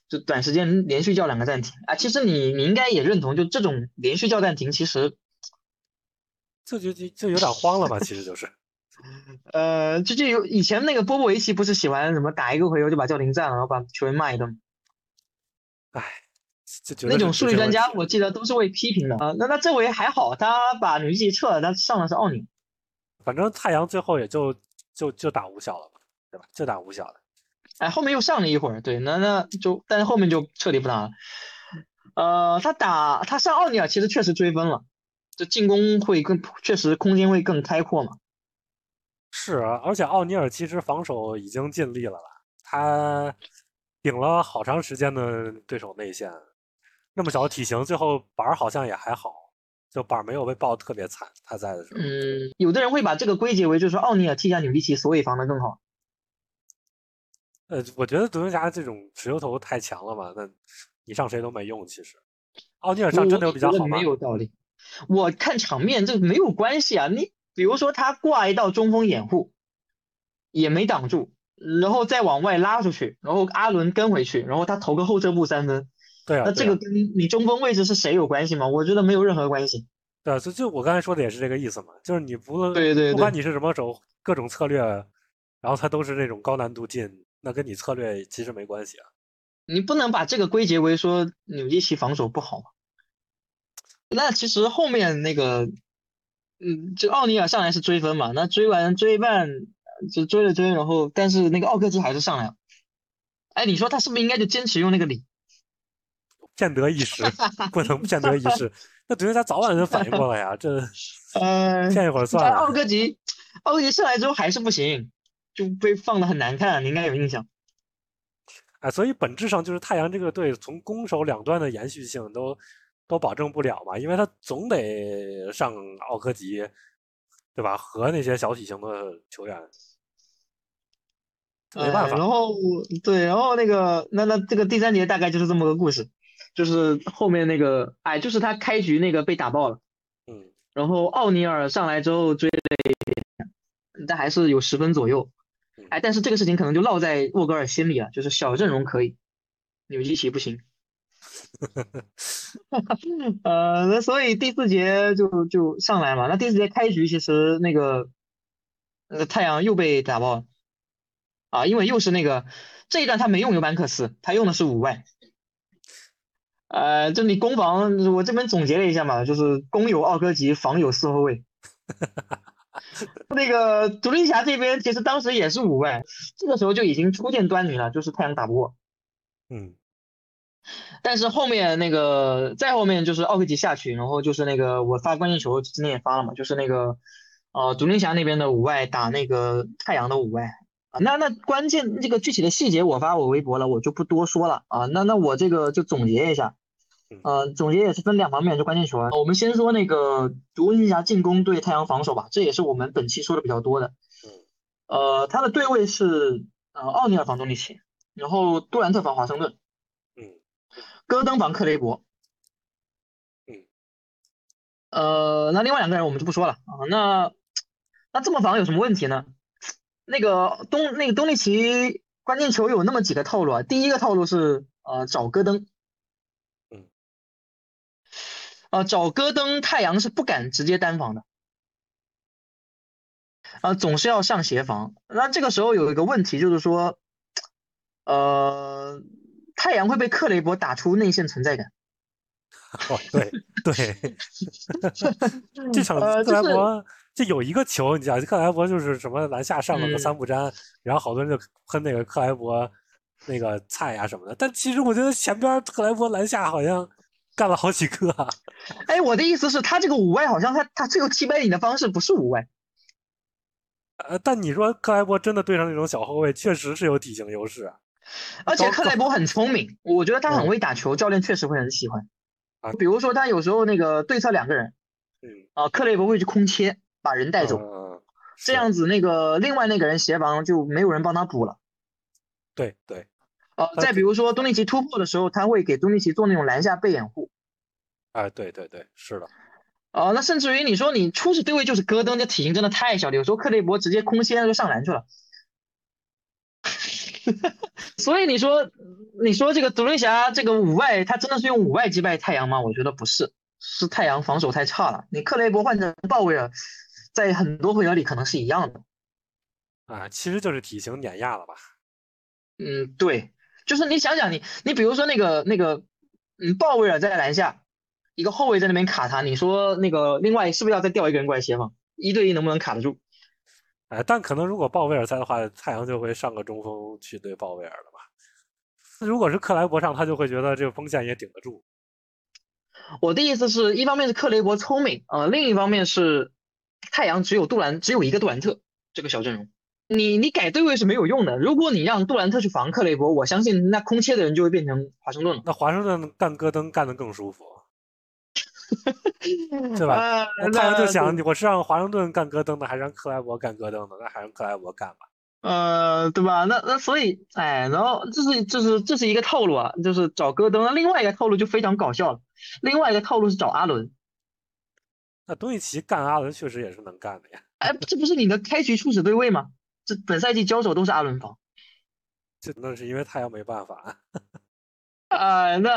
Speaker 1: 就短时间连续叫两个暂停啊。其实你你应该也认同，就这种连续叫暂停，其实
Speaker 2: 就就就就有点慌了嘛，其实就是，
Speaker 1: 呃，就就有以前那个波波维奇不是喜欢什么打一个回合就把叫停暂了，然后把球员骂一顿吗，
Speaker 2: 哎，就觉得
Speaker 1: 那
Speaker 2: 是
Speaker 1: 种
Speaker 2: 直
Speaker 1: 数据
Speaker 2: 接
Speaker 1: 专
Speaker 2: 问
Speaker 1: 家
Speaker 2: 题
Speaker 1: 我记得都是会批评的啊、那那这回还好，他把女记撤了，他上的是奥尼尔。
Speaker 2: 反正太阳最后也就就就打无效了嘛，对吧？就打无效了。
Speaker 1: 哎，后面又上了一会儿，对，那那就，但是后面就彻底不打了。呃，他打他上奥尼尔其实确实追分了，这进攻会更确实空间会更开阔嘛。
Speaker 2: 是啊，而且奥尼尔其实防守已经尽力了啦，他顶了好长时间的对手内线，那么小的体型，最后板儿好像也还好，就板儿没有被爆得特别惨，他在的时候。
Speaker 1: 嗯，有的人会把这个归结为就是说奥尼尔替下纽基奇，所以防得更好。
Speaker 2: 呃，我觉得独行侠这种持球头太强了嘛，那你上谁都没用。其实，奥尼尔上真的有比较
Speaker 1: 我觉
Speaker 2: 好
Speaker 1: 得
Speaker 2: 吗
Speaker 1: 没？有道理。我看场面这没有关系啊，你比如说他挂一道中锋掩护，也没挡住，然后再往外拉出去，然后阿伦跟回去，然后他投个后撤步三分。
Speaker 2: 对啊，
Speaker 1: 那
Speaker 2: 对
Speaker 1: 这
Speaker 2: 啊
Speaker 1: 个跟你中锋位置是谁有关系吗？我觉得没有任何关系。
Speaker 2: 对啊，就就我刚才说的也是这个意思嘛，就是你不论
Speaker 1: 对对
Speaker 2: 不管
Speaker 1: 对
Speaker 2: 你是什么手，各种策略，然后他都是那种高难度进，那跟你策略其实没关系啊。
Speaker 1: 你不能把这个归结为说纽基奇防守不好嘛。那其实后面那个，嗯，就奥尼尔上来是追分嘛，那追完追一半呃就追了追，然后但是那个奥克兹还是上来了。哎，你说他是不是应该就坚持用那个里？
Speaker 2: 见得
Speaker 1: *laughs*
Speaker 2: 一时，不能见得一时。那独行侠早晚就反应过来呀，这
Speaker 1: *laughs* 呃，
Speaker 2: 骗一会儿算
Speaker 1: 但奥
Speaker 2: 了。
Speaker 1: 克吉，奥克吉上来之后还是不行，就被放的很难看，你应该有印象。
Speaker 2: 哎，所以本质上就是太阳这个队从攻守两端的延续性都都保证不了嘛，因为他总得上奥科吉，对吧？和那些小体型的球员，这没办
Speaker 1: 呃
Speaker 2: 法。
Speaker 1: 然后对，然后那个那那这个第三节大概就是这么个故事，就是后面那个哎，就是他开局那个被打爆了，
Speaker 2: 嗯，
Speaker 1: 然后奥尼尔上来之后追了一点，但还是有十分左右
Speaker 2: 嗯。
Speaker 1: 哎，但是这个事情可能就落在沃格尔心里了，就是小阵容可以，纽基奇不行。呃，那所以第四节就就上来嘛。那第四节开局其实那个呃太阳又被打爆了啊，因为又是那个这一段他没用尤班克斯，他用的是五外。呃，就你攻防，我这边总结了一下嘛，就是攻有奥科吉，防有四后卫。那个独行侠这边其实当时也是五外，这个时候就已经初见端倪了，就是太阳打不过。
Speaker 2: 嗯，
Speaker 1: 但是后面那个再后面就是奥克吉下去，然后就是那个我发关键球，今天也发了嘛，就是那个呃独行侠那边的五外打那个太阳的五外啊，那那关键这个具体的细节我发我微博了，我就不多说了啊。那那我这个就总结一下，呃，总结也是分两方面，就关键球啊。我们先说那个独行侠进攻对太阳防守吧，这也是我们本期说的比较多的。呃，他的对位是呃奥尼尔防东契奇，然后杜兰特防华盛顿。戈登防克雷伯，
Speaker 2: 嗯，
Speaker 1: 呃，那另外两个人我们就不说了啊。那那这么防有什么问题呢？那个东那个东契奇关键球有那么几个套路啊。第一个套路是呃找戈登，
Speaker 2: 嗯，
Speaker 1: 呃找戈登，太阳是不敢直接单防的，啊、总是要上协防。那这个时候有一个问题就是说，呃。太阳会被克雷伯打出内线存在感，
Speaker 2: 哦，对对，这场
Speaker 1: 呃
Speaker 2: 克
Speaker 1: 就
Speaker 2: 莱
Speaker 1: 是
Speaker 2: 伯就有一个球，你讲克莱伯就是什么篮下上了个
Speaker 1: 嗯
Speaker 2: 三不沾，然后好多人就喷那个克莱伯那个菜呀、什么的，但其实我觉得前边克莱伯篮下好像干了好几个啊，
Speaker 1: 哎，我的意思是，他这个五外好像他他最后击败你的方式不是五外，
Speaker 2: 呃，但你说克莱伯真的对上那种小后卫，确实是有体型优势啊，
Speaker 1: 而且
Speaker 2: 高
Speaker 1: 克莱伯很聪明，我觉得他很会打球，教练确实会很喜欢
Speaker 2: 啊。
Speaker 1: 比如说他有时候那个对侧两个人
Speaker 2: 嗯，
Speaker 1: 啊，克雷伯会去空切把人带走，
Speaker 2: 嗯，嗯
Speaker 1: 这
Speaker 2: 是
Speaker 1: 样子那个另外那个人协防就没有人帮他补了。
Speaker 2: 对对，
Speaker 1: 呃，
Speaker 2: 他
Speaker 1: 再比如说东契奇突破的时候，他会给东契奇做那种篮下背掩护。
Speaker 2: 哎，对对对，是的，
Speaker 1: 啊，那甚至于你说你初始对位就是戈登，这体型真的太小了，有时候克雷伯直接空切就上篮去了。 *laughs* 所以你说，你说这个独行侠这个五外，他真的是用五外击败太阳吗？我觉得不是，是太阳防守太差了。你克雷伯换成鲍威尔，在很多回合里可能是一样的。
Speaker 2: 啊，其实就是体型碾压了吧，
Speaker 1: 嗯，对，就是你想想你，你比如说那个那个，嗯，鲍威尔在篮下，一个后卫在那边卡他，你说那个另外是不是要再调一个人过来协防？一对一能不能卡得住？
Speaker 2: 哎，但可能如果鲍威尔在的话，太阳就会上个中锋去对鲍威尔了吧？如果是克莱伯上，他就会觉得这个锋线也顶得住。
Speaker 1: 我的意思是一方面是克雷伯聪明，呃，另一方面是太阳只有杜兰只有一个杜兰特这个小阵容，你你改对位是没有用的。如果你让杜兰特去防克雷伯，我相信那空切的人就会变成华盛顿了，
Speaker 2: 那华盛顿干戈登干得更舒服，对吧？
Speaker 1: 呃
Speaker 2: 那太阳就想，我是让华盛顿干戈登的，还是让克莱伯干戈登的？那还让克莱伯干吧。
Speaker 1: 呃，对吧？那那所以，哎，然后这是这是这是一个套路啊，就是找戈登。另外一个套路就非常搞笑了，另外一个套路是找阿伦。
Speaker 2: 那东契奇干阿伦确实也是能干的呀，
Speaker 1: 哎，这不是你的开局初始对位吗？这本赛季交手都是阿伦防。
Speaker 2: 这那是因为太阳没办法。啊
Speaker 1: 呃，那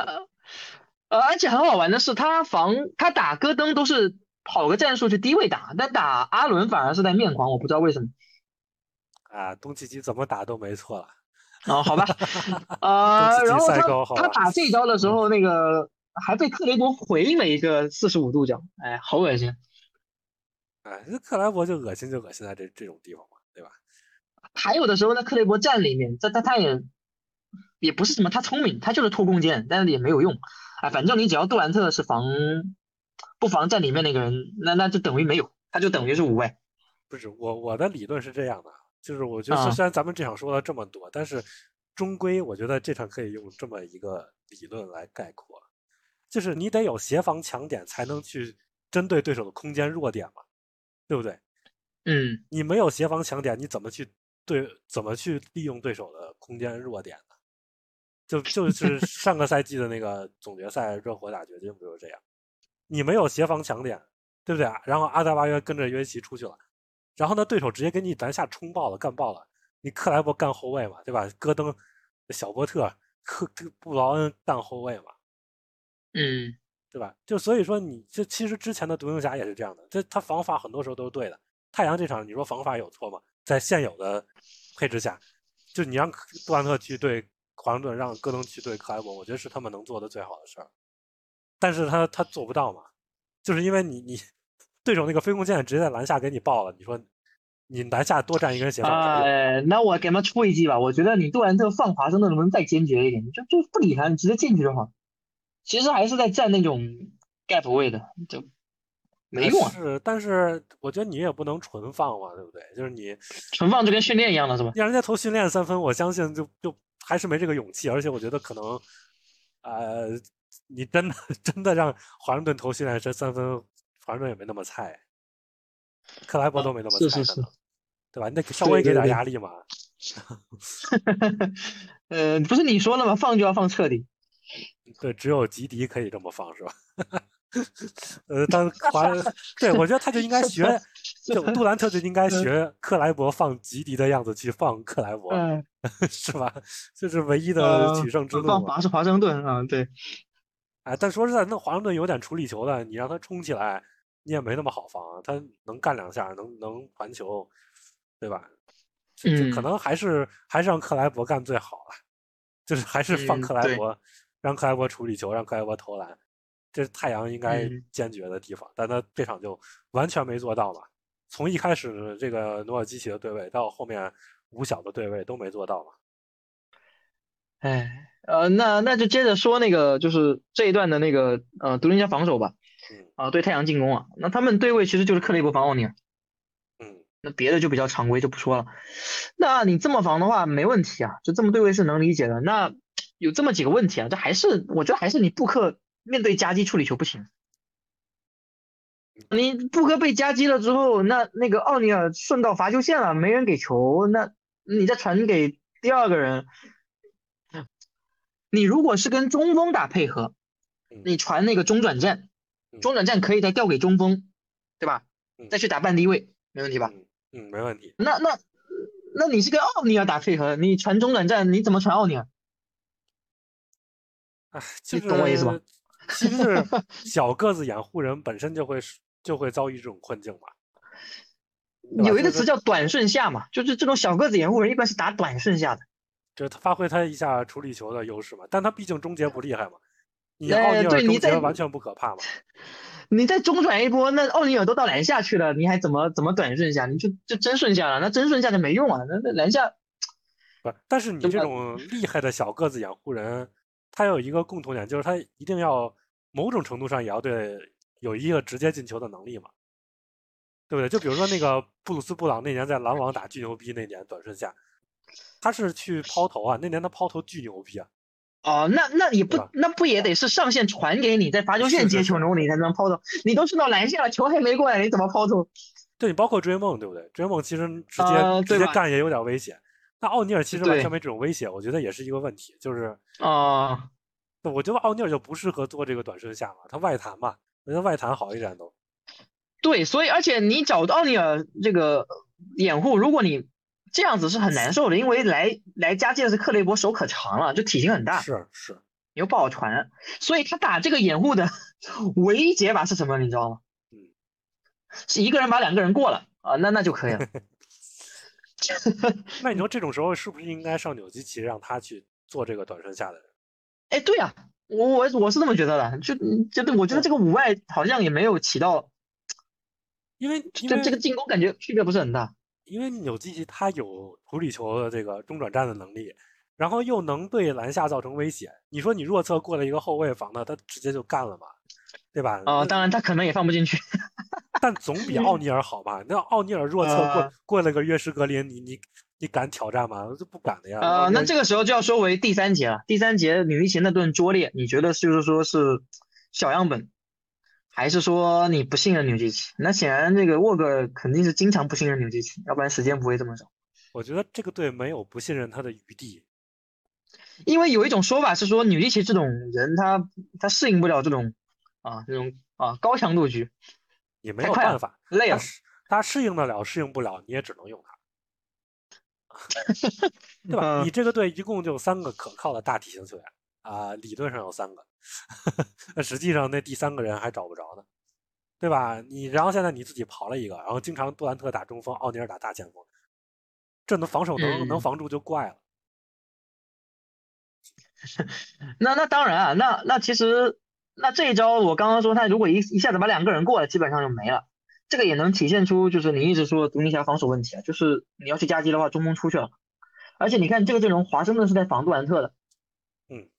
Speaker 1: 呃，而且很好玩的是，他防他打戈登都是跑个战术去低位打，但打阿伦反而是在面框，我不知道为什么。
Speaker 2: 啊，东契奇怎么打都没错了。
Speaker 1: 哦，
Speaker 2: *laughs*
Speaker 1: 好吧，呃，
Speaker 2: 自己
Speaker 1: 然后
Speaker 2: 赛
Speaker 1: 他
Speaker 2: 高好啊嗯
Speaker 1: 他
Speaker 2: 吧
Speaker 1: 打这一招的时候，那个还被克雷伯回了一个四十五度角，哎，好恶心。
Speaker 2: 哎，那克莱伯就恶心就恶心在这这种地方嘛，对吧？
Speaker 1: 还有的时候呢，克雷伯站里面，这他他也也不是什么，他聪明，他就是拖空间，但是也没有用。哎，反正你只要杜兰特是防不防站里面那个人，那那就等于没有，他就等于是五位。
Speaker 2: 不是我我的理论是这样的，就是我觉得
Speaker 1: 啊
Speaker 2: 虽虽然咱们这场说了这么多，但是终归我觉得这场可以用这么一个理论来概括，就是你得有协防强点，才能去针对对手的空间弱点嘛，对不对？
Speaker 1: 嗯。
Speaker 2: 你没有协防强点，你怎么去对怎么去利用对手的空间弱点呢？就就是上个赛季的那个总决赛热火打掘金不就是这样？你没有协防强点，对不对啊？然后阿德巴约跟着约维奇出去了，然后呢，对手直接给你篮下冲爆了，干爆了。你克莱伯干后卫嘛，对吧？戈登、小波特、克布劳恩干后卫嘛，
Speaker 1: 嗯，
Speaker 2: 对吧？就所以说你这其实之前的独行侠也是这样的，这他防法很多时候都是对的。太阳这场你说防法有错吗？在现有的配置下，就你让杜兰特去对华盛顿，让戈登去对克莱伯，我觉得是他们能做的最好的事儿。但是他他做不到嘛，就是因为你你对手那个飞控线直接在篮下给你爆了，你说你篮下多占一根协防，
Speaker 1: 呃，那我给他们出一计吧。我觉得你杜兰特放华盛顿能不能再坚决一点？你就就不理他，你直接进去就好。其实还是在占那种 gap 位的，就没用啊。
Speaker 2: 是，但是我觉得你也不能纯放嘛，对不对？就是你
Speaker 1: 存放就跟训练一样的是吧？
Speaker 2: 让人家投训练三分，我相信就就还是没这个勇气，而且我觉得可能，呃，你真的 *laughs* 真的让华盛顿投训练三三分，华盛顿也没那么菜，克莱伯都没那么菜，
Speaker 1: 啊是是
Speaker 2: 可
Speaker 1: 是
Speaker 2: 能，对吧？你得稍微给
Speaker 1: 对对
Speaker 2: 点
Speaker 1: 对
Speaker 2: 压力嘛。
Speaker 1: 呃，不是你说的吗？放就要放彻底。
Speaker 2: 对，只有吉迪可以这么放是吧？ *laughs* 呃，当
Speaker 1: *laughs*
Speaker 2: 华，对我觉得他就应该学，就杜兰特就应该学克莱伯放吉迪的样子去放克莱伯，
Speaker 1: 嗯，
Speaker 2: 是吧？ *laughs* 这是唯一的
Speaker 1: 呃
Speaker 2: 取胜之路
Speaker 1: 放
Speaker 2: 嘛。
Speaker 1: 华是华盛顿啊，对，
Speaker 2: 哎，但说实在，那华盛顿有点处理球的，你让他冲起来，你也没那么好防啊。他能干两下，能能传球，对吧？就就可
Speaker 1: 嗯
Speaker 2: 能还是还是让克莱伯干最好了，就是还是放
Speaker 1: 嗯
Speaker 2: 克莱
Speaker 1: 对
Speaker 2: 伯，让克莱伯处理球，让克莱伯投篮，这是太阳应该
Speaker 1: 嗯
Speaker 2: 坚决的地方，但他这场就完全没做到嘛。从一开始这个努尔基奇的对位，到后面五小的对位都没做到嘛。
Speaker 1: 哎，呃，那那就接着说那个，就是这一段的那个呃，独行侠防守吧
Speaker 2: 嗯，
Speaker 1: 啊、对太阳进攻啊，那他们对位其实就是克雷伯防奥尼尔，
Speaker 2: 嗯，
Speaker 1: 那别的就比较常规就不说了。那你这么防的话没问题啊，就这么对位是能理解的。那有这么几个问题啊，这还是我觉得还是你布克面对夹击处理球不行。你布克被夹击了之后，那那个奥尼尔顺到罚球线了，没人给球，那你再传给第二个人，你如果是跟中锋打配合
Speaker 2: 嗯，
Speaker 1: 你传那个中转站
Speaker 2: 嗯，
Speaker 1: 中转站可以再调给中锋，对吧
Speaker 2: 嗯？
Speaker 1: 再去打半低位，没问题吧？
Speaker 2: 嗯嗯，没问题。
Speaker 1: 那那那你是跟奥尼尔打配合，你传中转站，你怎么传奥尼尔？
Speaker 2: 哎，就
Speaker 1: 你懂我意思吧
Speaker 2: 是？其实
Speaker 1: *laughs*
Speaker 2: 是小个子掩护人本身就会是就会遭遇这种困境嘛。对吧
Speaker 1: 有一
Speaker 2: 就
Speaker 1: 个
Speaker 2: 是
Speaker 1: 词叫短顺下嘛，就是这种小个子掩护人一般是打短顺下的。
Speaker 2: 就是他发挥他一下处理球的优势嘛，但他毕竟终结不厉害嘛，你
Speaker 1: 哎
Speaker 2: 奥尼尔
Speaker 1: 对
Speaker 2: 终
Speaker 1: 你在
Speaker 2: 结完全不可
Speaker 1: *laughs*
Speaker 2: 怕嘛，
Speaker 1: 你再中转一波，那奥尼尔都到篮下去了，你还怎么怎么短顺下？你就就真顺下了，那真顺下就没用啊，那那篮下
Speaker 2: 不是，但是你
Speaker 1: 对
Speaker 2: 这
Speaker 1: 吧
Speaker 2: 种厉害的小个子掩护人，他有一个共同点，就是他一定要某种程度上也要对有一个直接进球的能力嘛，对不对？就比如说那个布鲁斯布朗那年在篮网打巨牛逼那年短顺下，他是去抛投啊，那年他抛投巨牛逼啊，
Speaker 1: 哦，那那你不
Speaker 2: 对吧
Speaker 1: 那不也得是上线传给你，在罚球
Speaker 2: 是
Speaker 1: 线接
Speaker 2: 是
Speaker 1: 球之后你才能抛投，你都顺到篮下了，球还没过来，你怎么抛投？
Speaker 2: 对你包括追梦，对不对？追梦其实直接、
Speaker 1: 呃
Speaker 2: 直
Speaker 1: 对
Speaker 2: 接
Speaker 1: 吧
Speaker 2: 干也有点危险。那奥尼尔其实完
Speaker 1: 对
Speaker 2: 全没这种威胁，我觉得也是一个问题。就是
Speaker 1: 哦，
Speaker 2: 我觉得奥尼尔就不适合做这个短身下嘛，他外弹嘛，人家外弹好一点都。
Speaker 1: 对，所以而且你找奥尼尔这个掩护，如果你这样子是很难受的，因为来来加借的是克雷伯手可长了，就体型很大，
Speaker 2: 是是，
Speaker 1: 你又不好传，所以他打这个掩护的 *laughs* 唯一解法是什么？你知道吗
Speaker 2: 嗯？
Speaker 1: 是一个人把两个人过了啊，那那就可以
Speaker 2: *laughs*
Speaker 1: 了。
Speaker 2: 那你说这种时候是不是应该上纽基奇让他去做这个短身下的人？
Speaker 1: 哎，对呀、我我我是这么觉得的，就嗯就对我觉得这个五外好像也没有起到，
Speaker 2: 因为因
Speaker 1: 这
Speaker 2: 为
Speaker 1: 这个进攻感觉区别不是很大。
Speaker 2: 因为纽基奇他有处理球的这个中转站的能力，然后又能对篮下造成威胁。你说你弱侧过了一个后卫防他，他直接就干了嘛，对吧？
Speaker 1: 啊、
Speaker 2: 那
Speaker 1: 当然他可能也放不进去。
Speaker 2: 但总比奥尼尔好吧？那奥尼尔弱侧过、
Speaker 1: 呃
Speaker 2: 过了个约什格林，你你你敢挑战吗？这不敢的呀。
Speaker 1: 啊、
Speaker 2: 奥尼
Speaker 1: 那
Speaker 2: 尔
Speaker 1: 这个时候就要说回第三节了。第三节女一琴那顿拙劣，你觉得是就是说是小样本，还是说你不信任纽基奇？那显然这个沃格肯定是经常不信任纽基奇，要不然时间不会这么少。
Speaker 2: 我觉得这个队没有不信任他的余地。
Speaker 1: 因为有一种说法是说纽基奇这种人他他适应不了这种啊这种啊高强度局，
Speaker 2: 也没
Speaker 1: 太
Speaker 2: 有
Speaker 1: 快
Speaker 2: 办
Speaker 1: 了
Speaker 2: 法，
Speaker 1: 累
Speaker 2: 他
Speaker 1: 了。
Speaker 2: 适他适应得了，适应不了，你也只能用他，对吧？
Speaker 1: 嗯
Speaker 2: 嗯你这个队一共就三个可靠的大体型球员，啊、理论上有三个， *laughs* 那实际上那第三个人还找不着呢，对吧？你然后现在你自己刨了一个，然后经常杜兰特打中锋，奥尼尔打大前锋，这能防守能能
Speaker 1: 嗯
Speaker 2: 防住就怪了。
Speaker 1: 那那当然啊，那那其实那这一招我刚刚说，他如果一一下子把两个人过来，基本上就没了。这个也能体现出就是你一直说独行侠防守问题啊，就是你要去夹击的话，中锋出去了。而且你看这个阵容，华盛顿是在防杜兰特的，
Speaker 2: 嗯，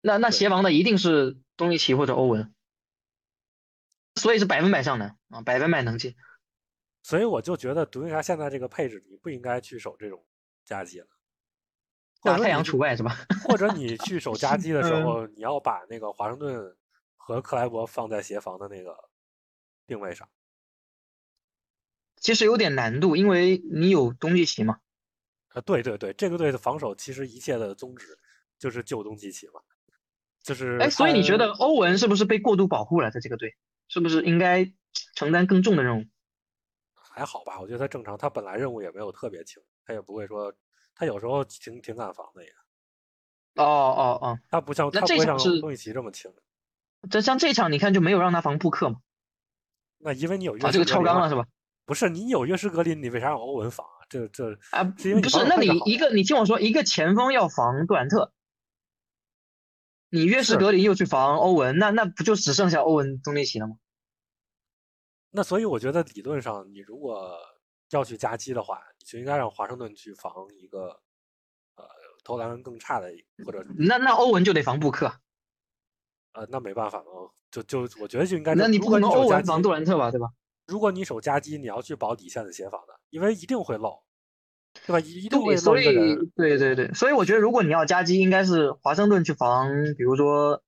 Speaker 1: 那那
Speaker 2: 对
Speaker 1: 协防的一定是东契奇或者欧文，所以是百分百上篮啊，百分百能进。
Speaker 2: 所以我就觉得独行侠现在这个配置，你不应该去守这种夹击了，或
Speaker 1: 打
Speaker 2: 者说
Speaker 1: 太阳
Speaker 2: 你
Speaker 1: 除外是吧？嗯
Speaker 2: 或者你去
Speaker 1: *laughs*
Speaker 2: 守夹击的时候，你要把那个华盛顿和克莱伯放在协防的那个定位上。
Speaker 1: 其实有点难度，因为你有东契奇嘛。
Speaker 2: 啊，对对对，这个队的防守其实一切的宗旨就是救东契奇嘛，就是
Speaker 1: 哎，所以你觉
Speaker 2: 他
Speaker 1: 得欧文是不是被过度保护了？在这个队，是不是应该承担更重的任务？
Speaker 2: 还好吧？我觉得他正常，他本来任务也没有特别轻，他也不会说他有时候挺挺敢防的也，
Speaker 1: 哦哦哦，
Speaker 2: 他不像
Speaker 1: 那
Speaker 2: 他不
Speaker 1: 这
Speaker 2: 会
Speaker 1: 场
Speaker 2: 像
Speaker 1: 是
Speaker 2: 东契奇这么轻。
Speaker 1: 这像这场你看就没有让他防布克嘛，
Speaker 2: 那因为你有约
Speaker 1: 啊，这
Speaker 2: 什
Speaker 1: 个
Speaker 2: 格
Speaker 1: 超
Speaker 2: 林
Speaker 1: 纲
Speaker 2: 嘛
Speaker 1: 了是吧？
Speaker 2: 不是你有约什格林，你为啥让欧文防啊？这这
Speaker 1: 啊，
Speaker 2: 是因为你
Speaker 1: 不
Speaker 2: 防
Speaker 1: 是，
Speaker 2: 守
Speaker 1: 那
Speaker 2: 配置
Speaker 1: 你
Speaker 2: 好
Speaker 1: 一
Speaker 2: 呀
Speaker 1: 个你听我说，一个前锋要防杜兰特，你约什
Speaker 2: 是
Speaker 1: 格林又去防欧文，那那不就只剩下欧文、东契奇了吗？
Speaker 2: 那所以我觉得理论上，你如果要去夹击的话，你就应该让华盛顿去防一个呃投篮更差的一，或者
Speaker 1: 那那欧文就得防布克，
Speaker 2: 呃那没办法了，就就我觉得就应该这
Speaker 1: 那
Speaker 2: 么。
Speaker 1: 你
Speaker 2: 如
Speaker 1: 不
Speaker 2: 果
Speaker 1: 可能
Speaker 2: 守
Speaker 1: 欧
Speaker 2: 夹
Speaker 1: 文防
Speaker 2: 击
Speaker 1: 杜兰特吧，对吧？
Speaker 2: 如果你守夹击，你要去保底线的协防的，因为一定会漏，对吧？一一定
Speaker 1: 对，
Speaker 2: 会漏
Speaker 1: 所
Speaker 2: 一个
Speaker 1: 以
Speaker 2: 人。
Speaker 1: 对对对，所以我觉得如果你要夹击，应该是华盛顿去防，比如说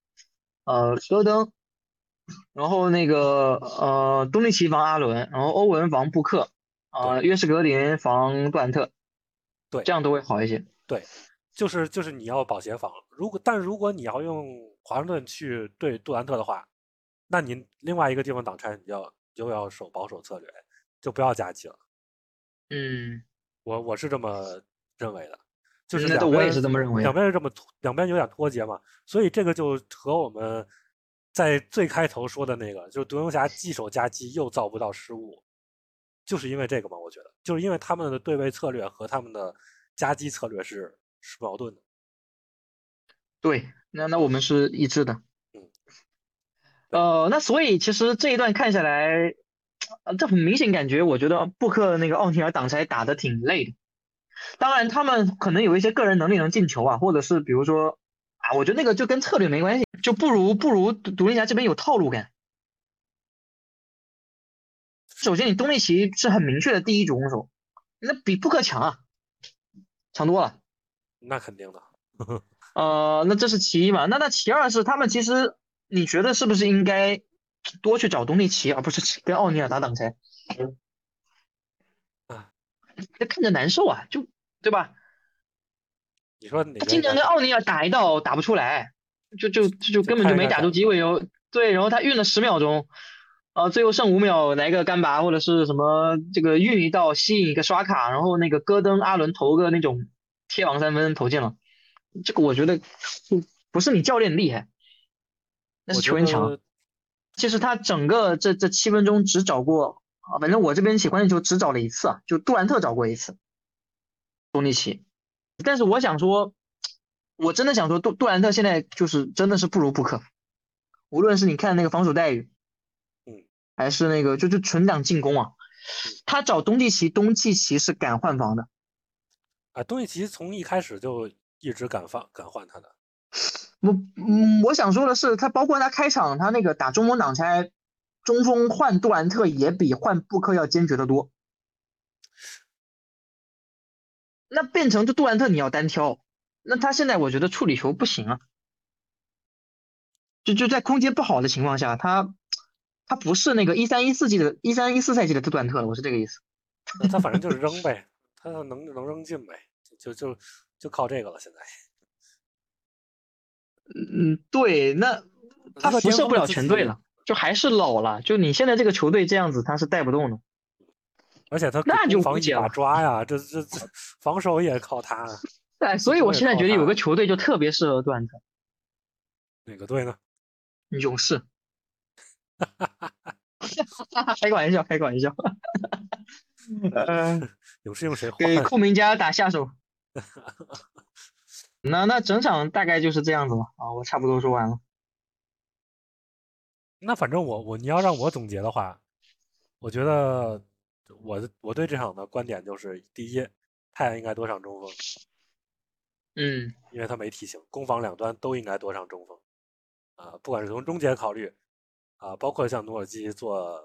Speaker 1: 呃戈登，然后那个呃东契奇防阿伦，然后欧文防布克，呃约什格林防杜兰特，
Speaker 2: 对
Speaker 1: 这样都会好一些。
Speaker 2: 就是就是你要保协防，如果但如果你要用华盛顿去对杜兰特的话，那你另外一个地方挡拆，你要就要守保守策略，就不要夹击了。
Speaker 1: 嗯，
Speaker 2: 我我是这么认为的，就是
Speaker 1: 那
Speaker 2: 两
Speaker 1: 对我也
Speaker 2: 边
Speaker 1: 是这么认为
Speaker 2: 两
Speaker 1: 的。
Speaker 2: 边是这么脱两边有点脱节嘛，所以这个就和我们在最开头说的那个，就是独行侠既守夹击又造不到失误，就是因为这个嘛，我觉得就是因为他们的对位策略和他们的夹击策略是是矛盾的。
Speaker 1: 对，那那我们是一致的。
Speaker 2: 嗯，
Speaker 1: 呃，那所以其实这一段看下来，呃，这很明显感觉，我觉得布克那个奥尼尔挡拆打得挺累的。当然，他们可能有一些个人能力能进球啊，或者是比如说啊，我觉得那个就跟策略没关系，就不如不如独独行侠这边有套路感。首先，你东契奇是很明确的第一主攻手，那比布克强啊，强多了。
Speaker 2: 那肯定的，
Speaker 1: 呃，那这是其一嘛？那那其二是他们其实，你觉得是不是应该多去找东契奇，而不是去跟奥尼尔打挡拆？
Speaker 2: 啊，
Speaker 1: 这看着难受啊，就对吧？
Speaker 2: 你说哪
Speaker 1: 他
Speaker 2: 个
Speaker 1: 经
Speaker 2: 应该
Speaker 1: 常跟
Speaker 2: 打？
Speaker 1: 奥尼尔打一道打不出来，就就就就
Speaker 2: 就
Speaker 1: 根本
Speaker 2: 看
Speaker 1: 就
Speaker 2: 着
Speaker 1: 没
Speaker 2: 他嗯
Speaker 1: 打
Speaker 2: 打
Speaker 1: 住机会，然后对，然后他运了十秒钟，呃，最后剩五秒来个干拔或者是什么这个运一道吸引一个刷卡，然后那个戈登、阿伦投个那种贴网三分投进了，这个我觉得就不是你教练厉害，那是
Speaker 2: 我
Speaker 1: 球
Speaker 2: 觉
Speaker 1: 员强。
Speaker 2: 得
Speaker 1: 其实他整个这这七分钟只找过啊，反正我这边写关键球只找了一次啊，就杜兰特找过一次，东契奇。但是我想说，我真的想说，杜杜兰特现在就是真的是不如布克，无论是你看那个防守待遇，
Speaker 2: 嗯，
Speaker 1: 还是那个就就纯挡进攻啊，他找东契奇，东契奇是敢换防的。
Speaker 2: 啊，东契奇从一开始就一直敢放敢换他的，
Speaker 1: 我嗯，我想说的是，他包括他开场他那个打中锋挡拆，中锋换杜兰特也比换布克要坚决得多。那变成就杜兰特你要单挑，那他现在我觉得处理球不行啊，就就在空间不好的情况下，他他不是那个一三一四季的一三一四赛季的杜兰特了，我是这个意思。
Speaker 2: 那他反正就是扔呗，他能能扔进呗，就就就靠这个了现在。
Speaker 1: 嗯，对，那他
Speaker 2: 个
Speaker 1: 辐
Speaker 2: 巅
Speaker 1: 射
Speaker 2: 峰
Speaker 1: 不
Speaker 2: 的
Speaker 1: 了
Speaker 2: 自
Speaker 1: 全队
Speaker 2: 己
Speaker 1: 了，就还是老了，就你现在这个球队这样子他是带不动的。
Speaker 2: 而且他
Speaker 1: 那
Speaker 2: 攻
Speaker 1: 就
Speaker 2: 防
Speaker 1: 无
Speaker 2: 一
Speaker 1: 解
Speaker 2: 把
Speaker 1: 了
Speaker 2: 抓呀，这这这防守也靠他。啊
Speaker 1: 对，所以我现在觉得有个球队就特别适合杜兰特，
Speaker 2: 哪个队呢？
Speaker 1: 勇士。开个玩笑，开个 *laughs* 玩笑。呃，
Speaker 2: 勇士用谁换？
Speaker 1: 给库明加打下 *laughs* 手。那那整场大概就是这样子了啊，我差不多说完了。
Speaker 2: 那反正我我你要让我总结的话，我觉得我我对这场的观点就是：第一，太阳应该多上中锋，
Speaker 1: 嗯
Speaker 2: 因为他没体型，攻防两端都应该多上中锋。啊、不管是从终结考虑，啊、包括像努尔基做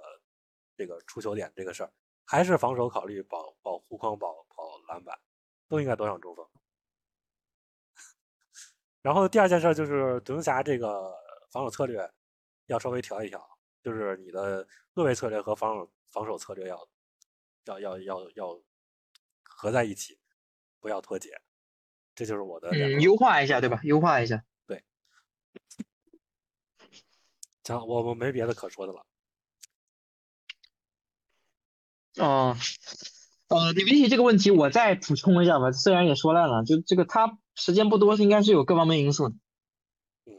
Speaker 2: 这个出球点这个事儿，还是防守考虑保保护框、保保篮板，都应该多上中锋。 *laughs* 然后第二件事儿就是独行侠这个防守策略要稍微调一调，就是你的落位策略和防守防守策略要要要要要合在一起，不要脱节。这就是我的两个
Speaker 1: 嗯，优化一下对吧？优化一下。
Speaker 2: 行，我我没别的可说的了。
Speaker 1: 哦，呃，你比起这个问题，我再补充一下吧。虽然也说烂了，就这个他时间不多，应该是有各方面因素的。
Speaker 2: 嗯，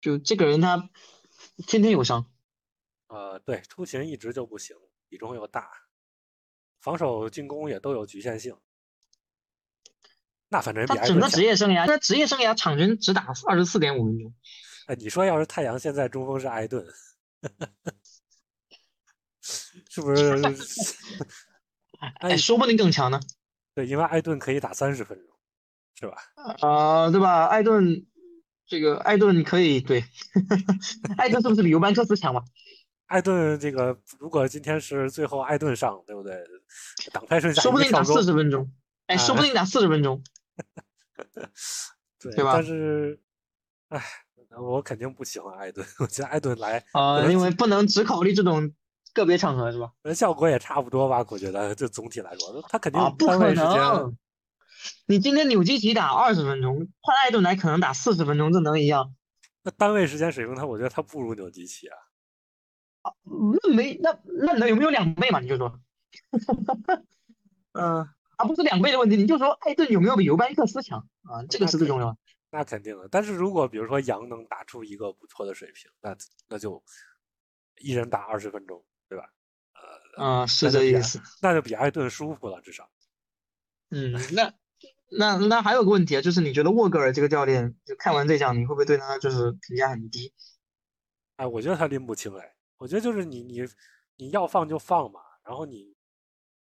Speaker 1: 就这个人他天天有伤，
Speaker 2: 呃，对，出勤一直就不行，比重又大，防守进攻也都有局限性。那反正
Speaker 1: 他
Speaker 2: 比埃
Speaker 1: 整
Speaker 2: 顿
Speaker 1: 个
Speaker 2: 强
Speaker 1: 职。业生涯，他职业生涯场均只打二十四点五分钟。
Speaker 2: 哎，你说要是太阳现在中锋是埃顿， *laughs* 是不是？
Speaker 1: *laughs*
Speaker 2: *laughs* 哎
Speaker 1: 哎，说不定更强呢，
Speaker 2: 对，因为埃顿可以打三十分钟，是吧？
Speaker 1: 啊，对吧？艾顿，这个艾顿可以对， *laughs* 艾顿是不是比尤班克斯强
Speaker 2: *laughs*
Speaker 1: 吧？
Speaker 2: 埃顿这个，如果今天是最后埃顿上，对不对？挡拆顺下
Speaker 1: 说不
Speaker 2: 一个
Speaker 1: 定打
Speaker 2: 跳
Speaker 1: 四
Speaker 2: 勾，
Speaker 1: 十分钟，哎，
Speaker 2: 啊
Speaker 1: 说不定打四十分
Speaker 2: *laughs*
Speaker 1: 钟。
Speaker 2: 对，
Speaker 1: 对吧
Speaker 2: 但是，哎，我肯定不喜欢埃顿， *laughs* 我觉得埃顿来
Speaker 1: 啊，
Speaker 2: 对
Speaker 1: 因为不能只考虑这种个别场合是吧？
Speaker 2: 呃，效果也差不多吧，我觉得，就总体来说，他肯定
Speaker 1: 啊，不
Speaker 2: 单
Speaker 1: 可
Speaker 2: 位时间，
Speaker 1: 能！你今天纽基奇打二十分钟，换艾顿来可能打四十分钟，这能一样？
Speaker 2: 那单位时间水平他，我觉得他不如纽基奇啊。
Speaker 1: 那没那那能有没有两倍嘛？你就说，嗯、 *laughs* 啊，不是两倍的问题，你就说艾顿有没有比尤班克斯强啊？这个是最重要的。
Speaker 2: 那肯定的，但是如果比如说杨能打出一个不错的水平，那那就一人打二十分钟，对吧？
Speaker 1: 嗯、是
Speaker 2: 那就
Speaker 1: 这
Speaker 2: 啊比
Speaker 1: 意
Speaker 2: 埃
Speaker 1: 思。
Speaker 2: 那就比埃顿舒服了，至少。
Speaker 1: 嗯，那那那还有个问题啊，就是你觉得沃格尔这个教练，就看完这场，你会不会对他就是评价很低？
Speaker 2: 哎，我觉得他拎不清哎，我觉得就是你你你要放就放嘛，然后你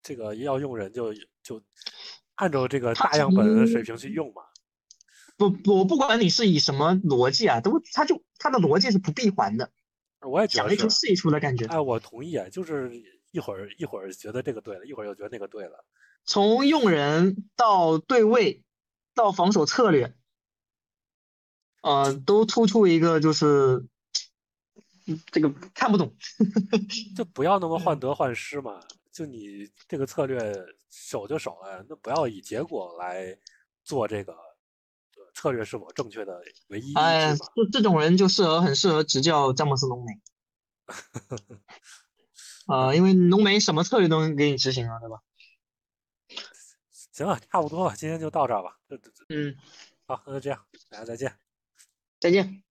Speaker 2: 这个要用人就就按照这个
Speaker 1: 他
Speaker 2: 大样本的
Speaker 1: 嗯
Speaker 2: 水平去用嘛。
Speaker 1: 不不，我不管你是以什么逻辑啊，都他就他的逻辑是不闭环的，
Speaker 2: 我也觉
Speaker 1: 想
Speaker 2: 得
Speaker 1: 一
Speaker 2: 是
Speaker 1: 出。是一出的感觉。
Speaker 2: 哎，我同意，就是一会儿一会儿觉得这个对了，一会儿又觉得那个对了。
Speaker 1: 从用人到对位，到防守策略，呃，都突出一个就是，嗯这个看不懂。
Speaker 2: 就不要那么患得患失嘛。就你这个策略守就守了，那不要以结果来做这个呃策略是否正确的唯一依据
Speaker 1: 哎，
Speaker 2: 嘛。
Speaker 1: 就这种人就适合很适合执教詹姆斯浓眉。啊，因为浓眉什么策略都能给你执行啊，对吧？
Speaker 2: 行啊了，差不多吧，今天就到这儿吧。就就就
Speaker 1: 嗯，
Speaker 2: 好，那就这样，大家再见。
Speaker 1: 再见。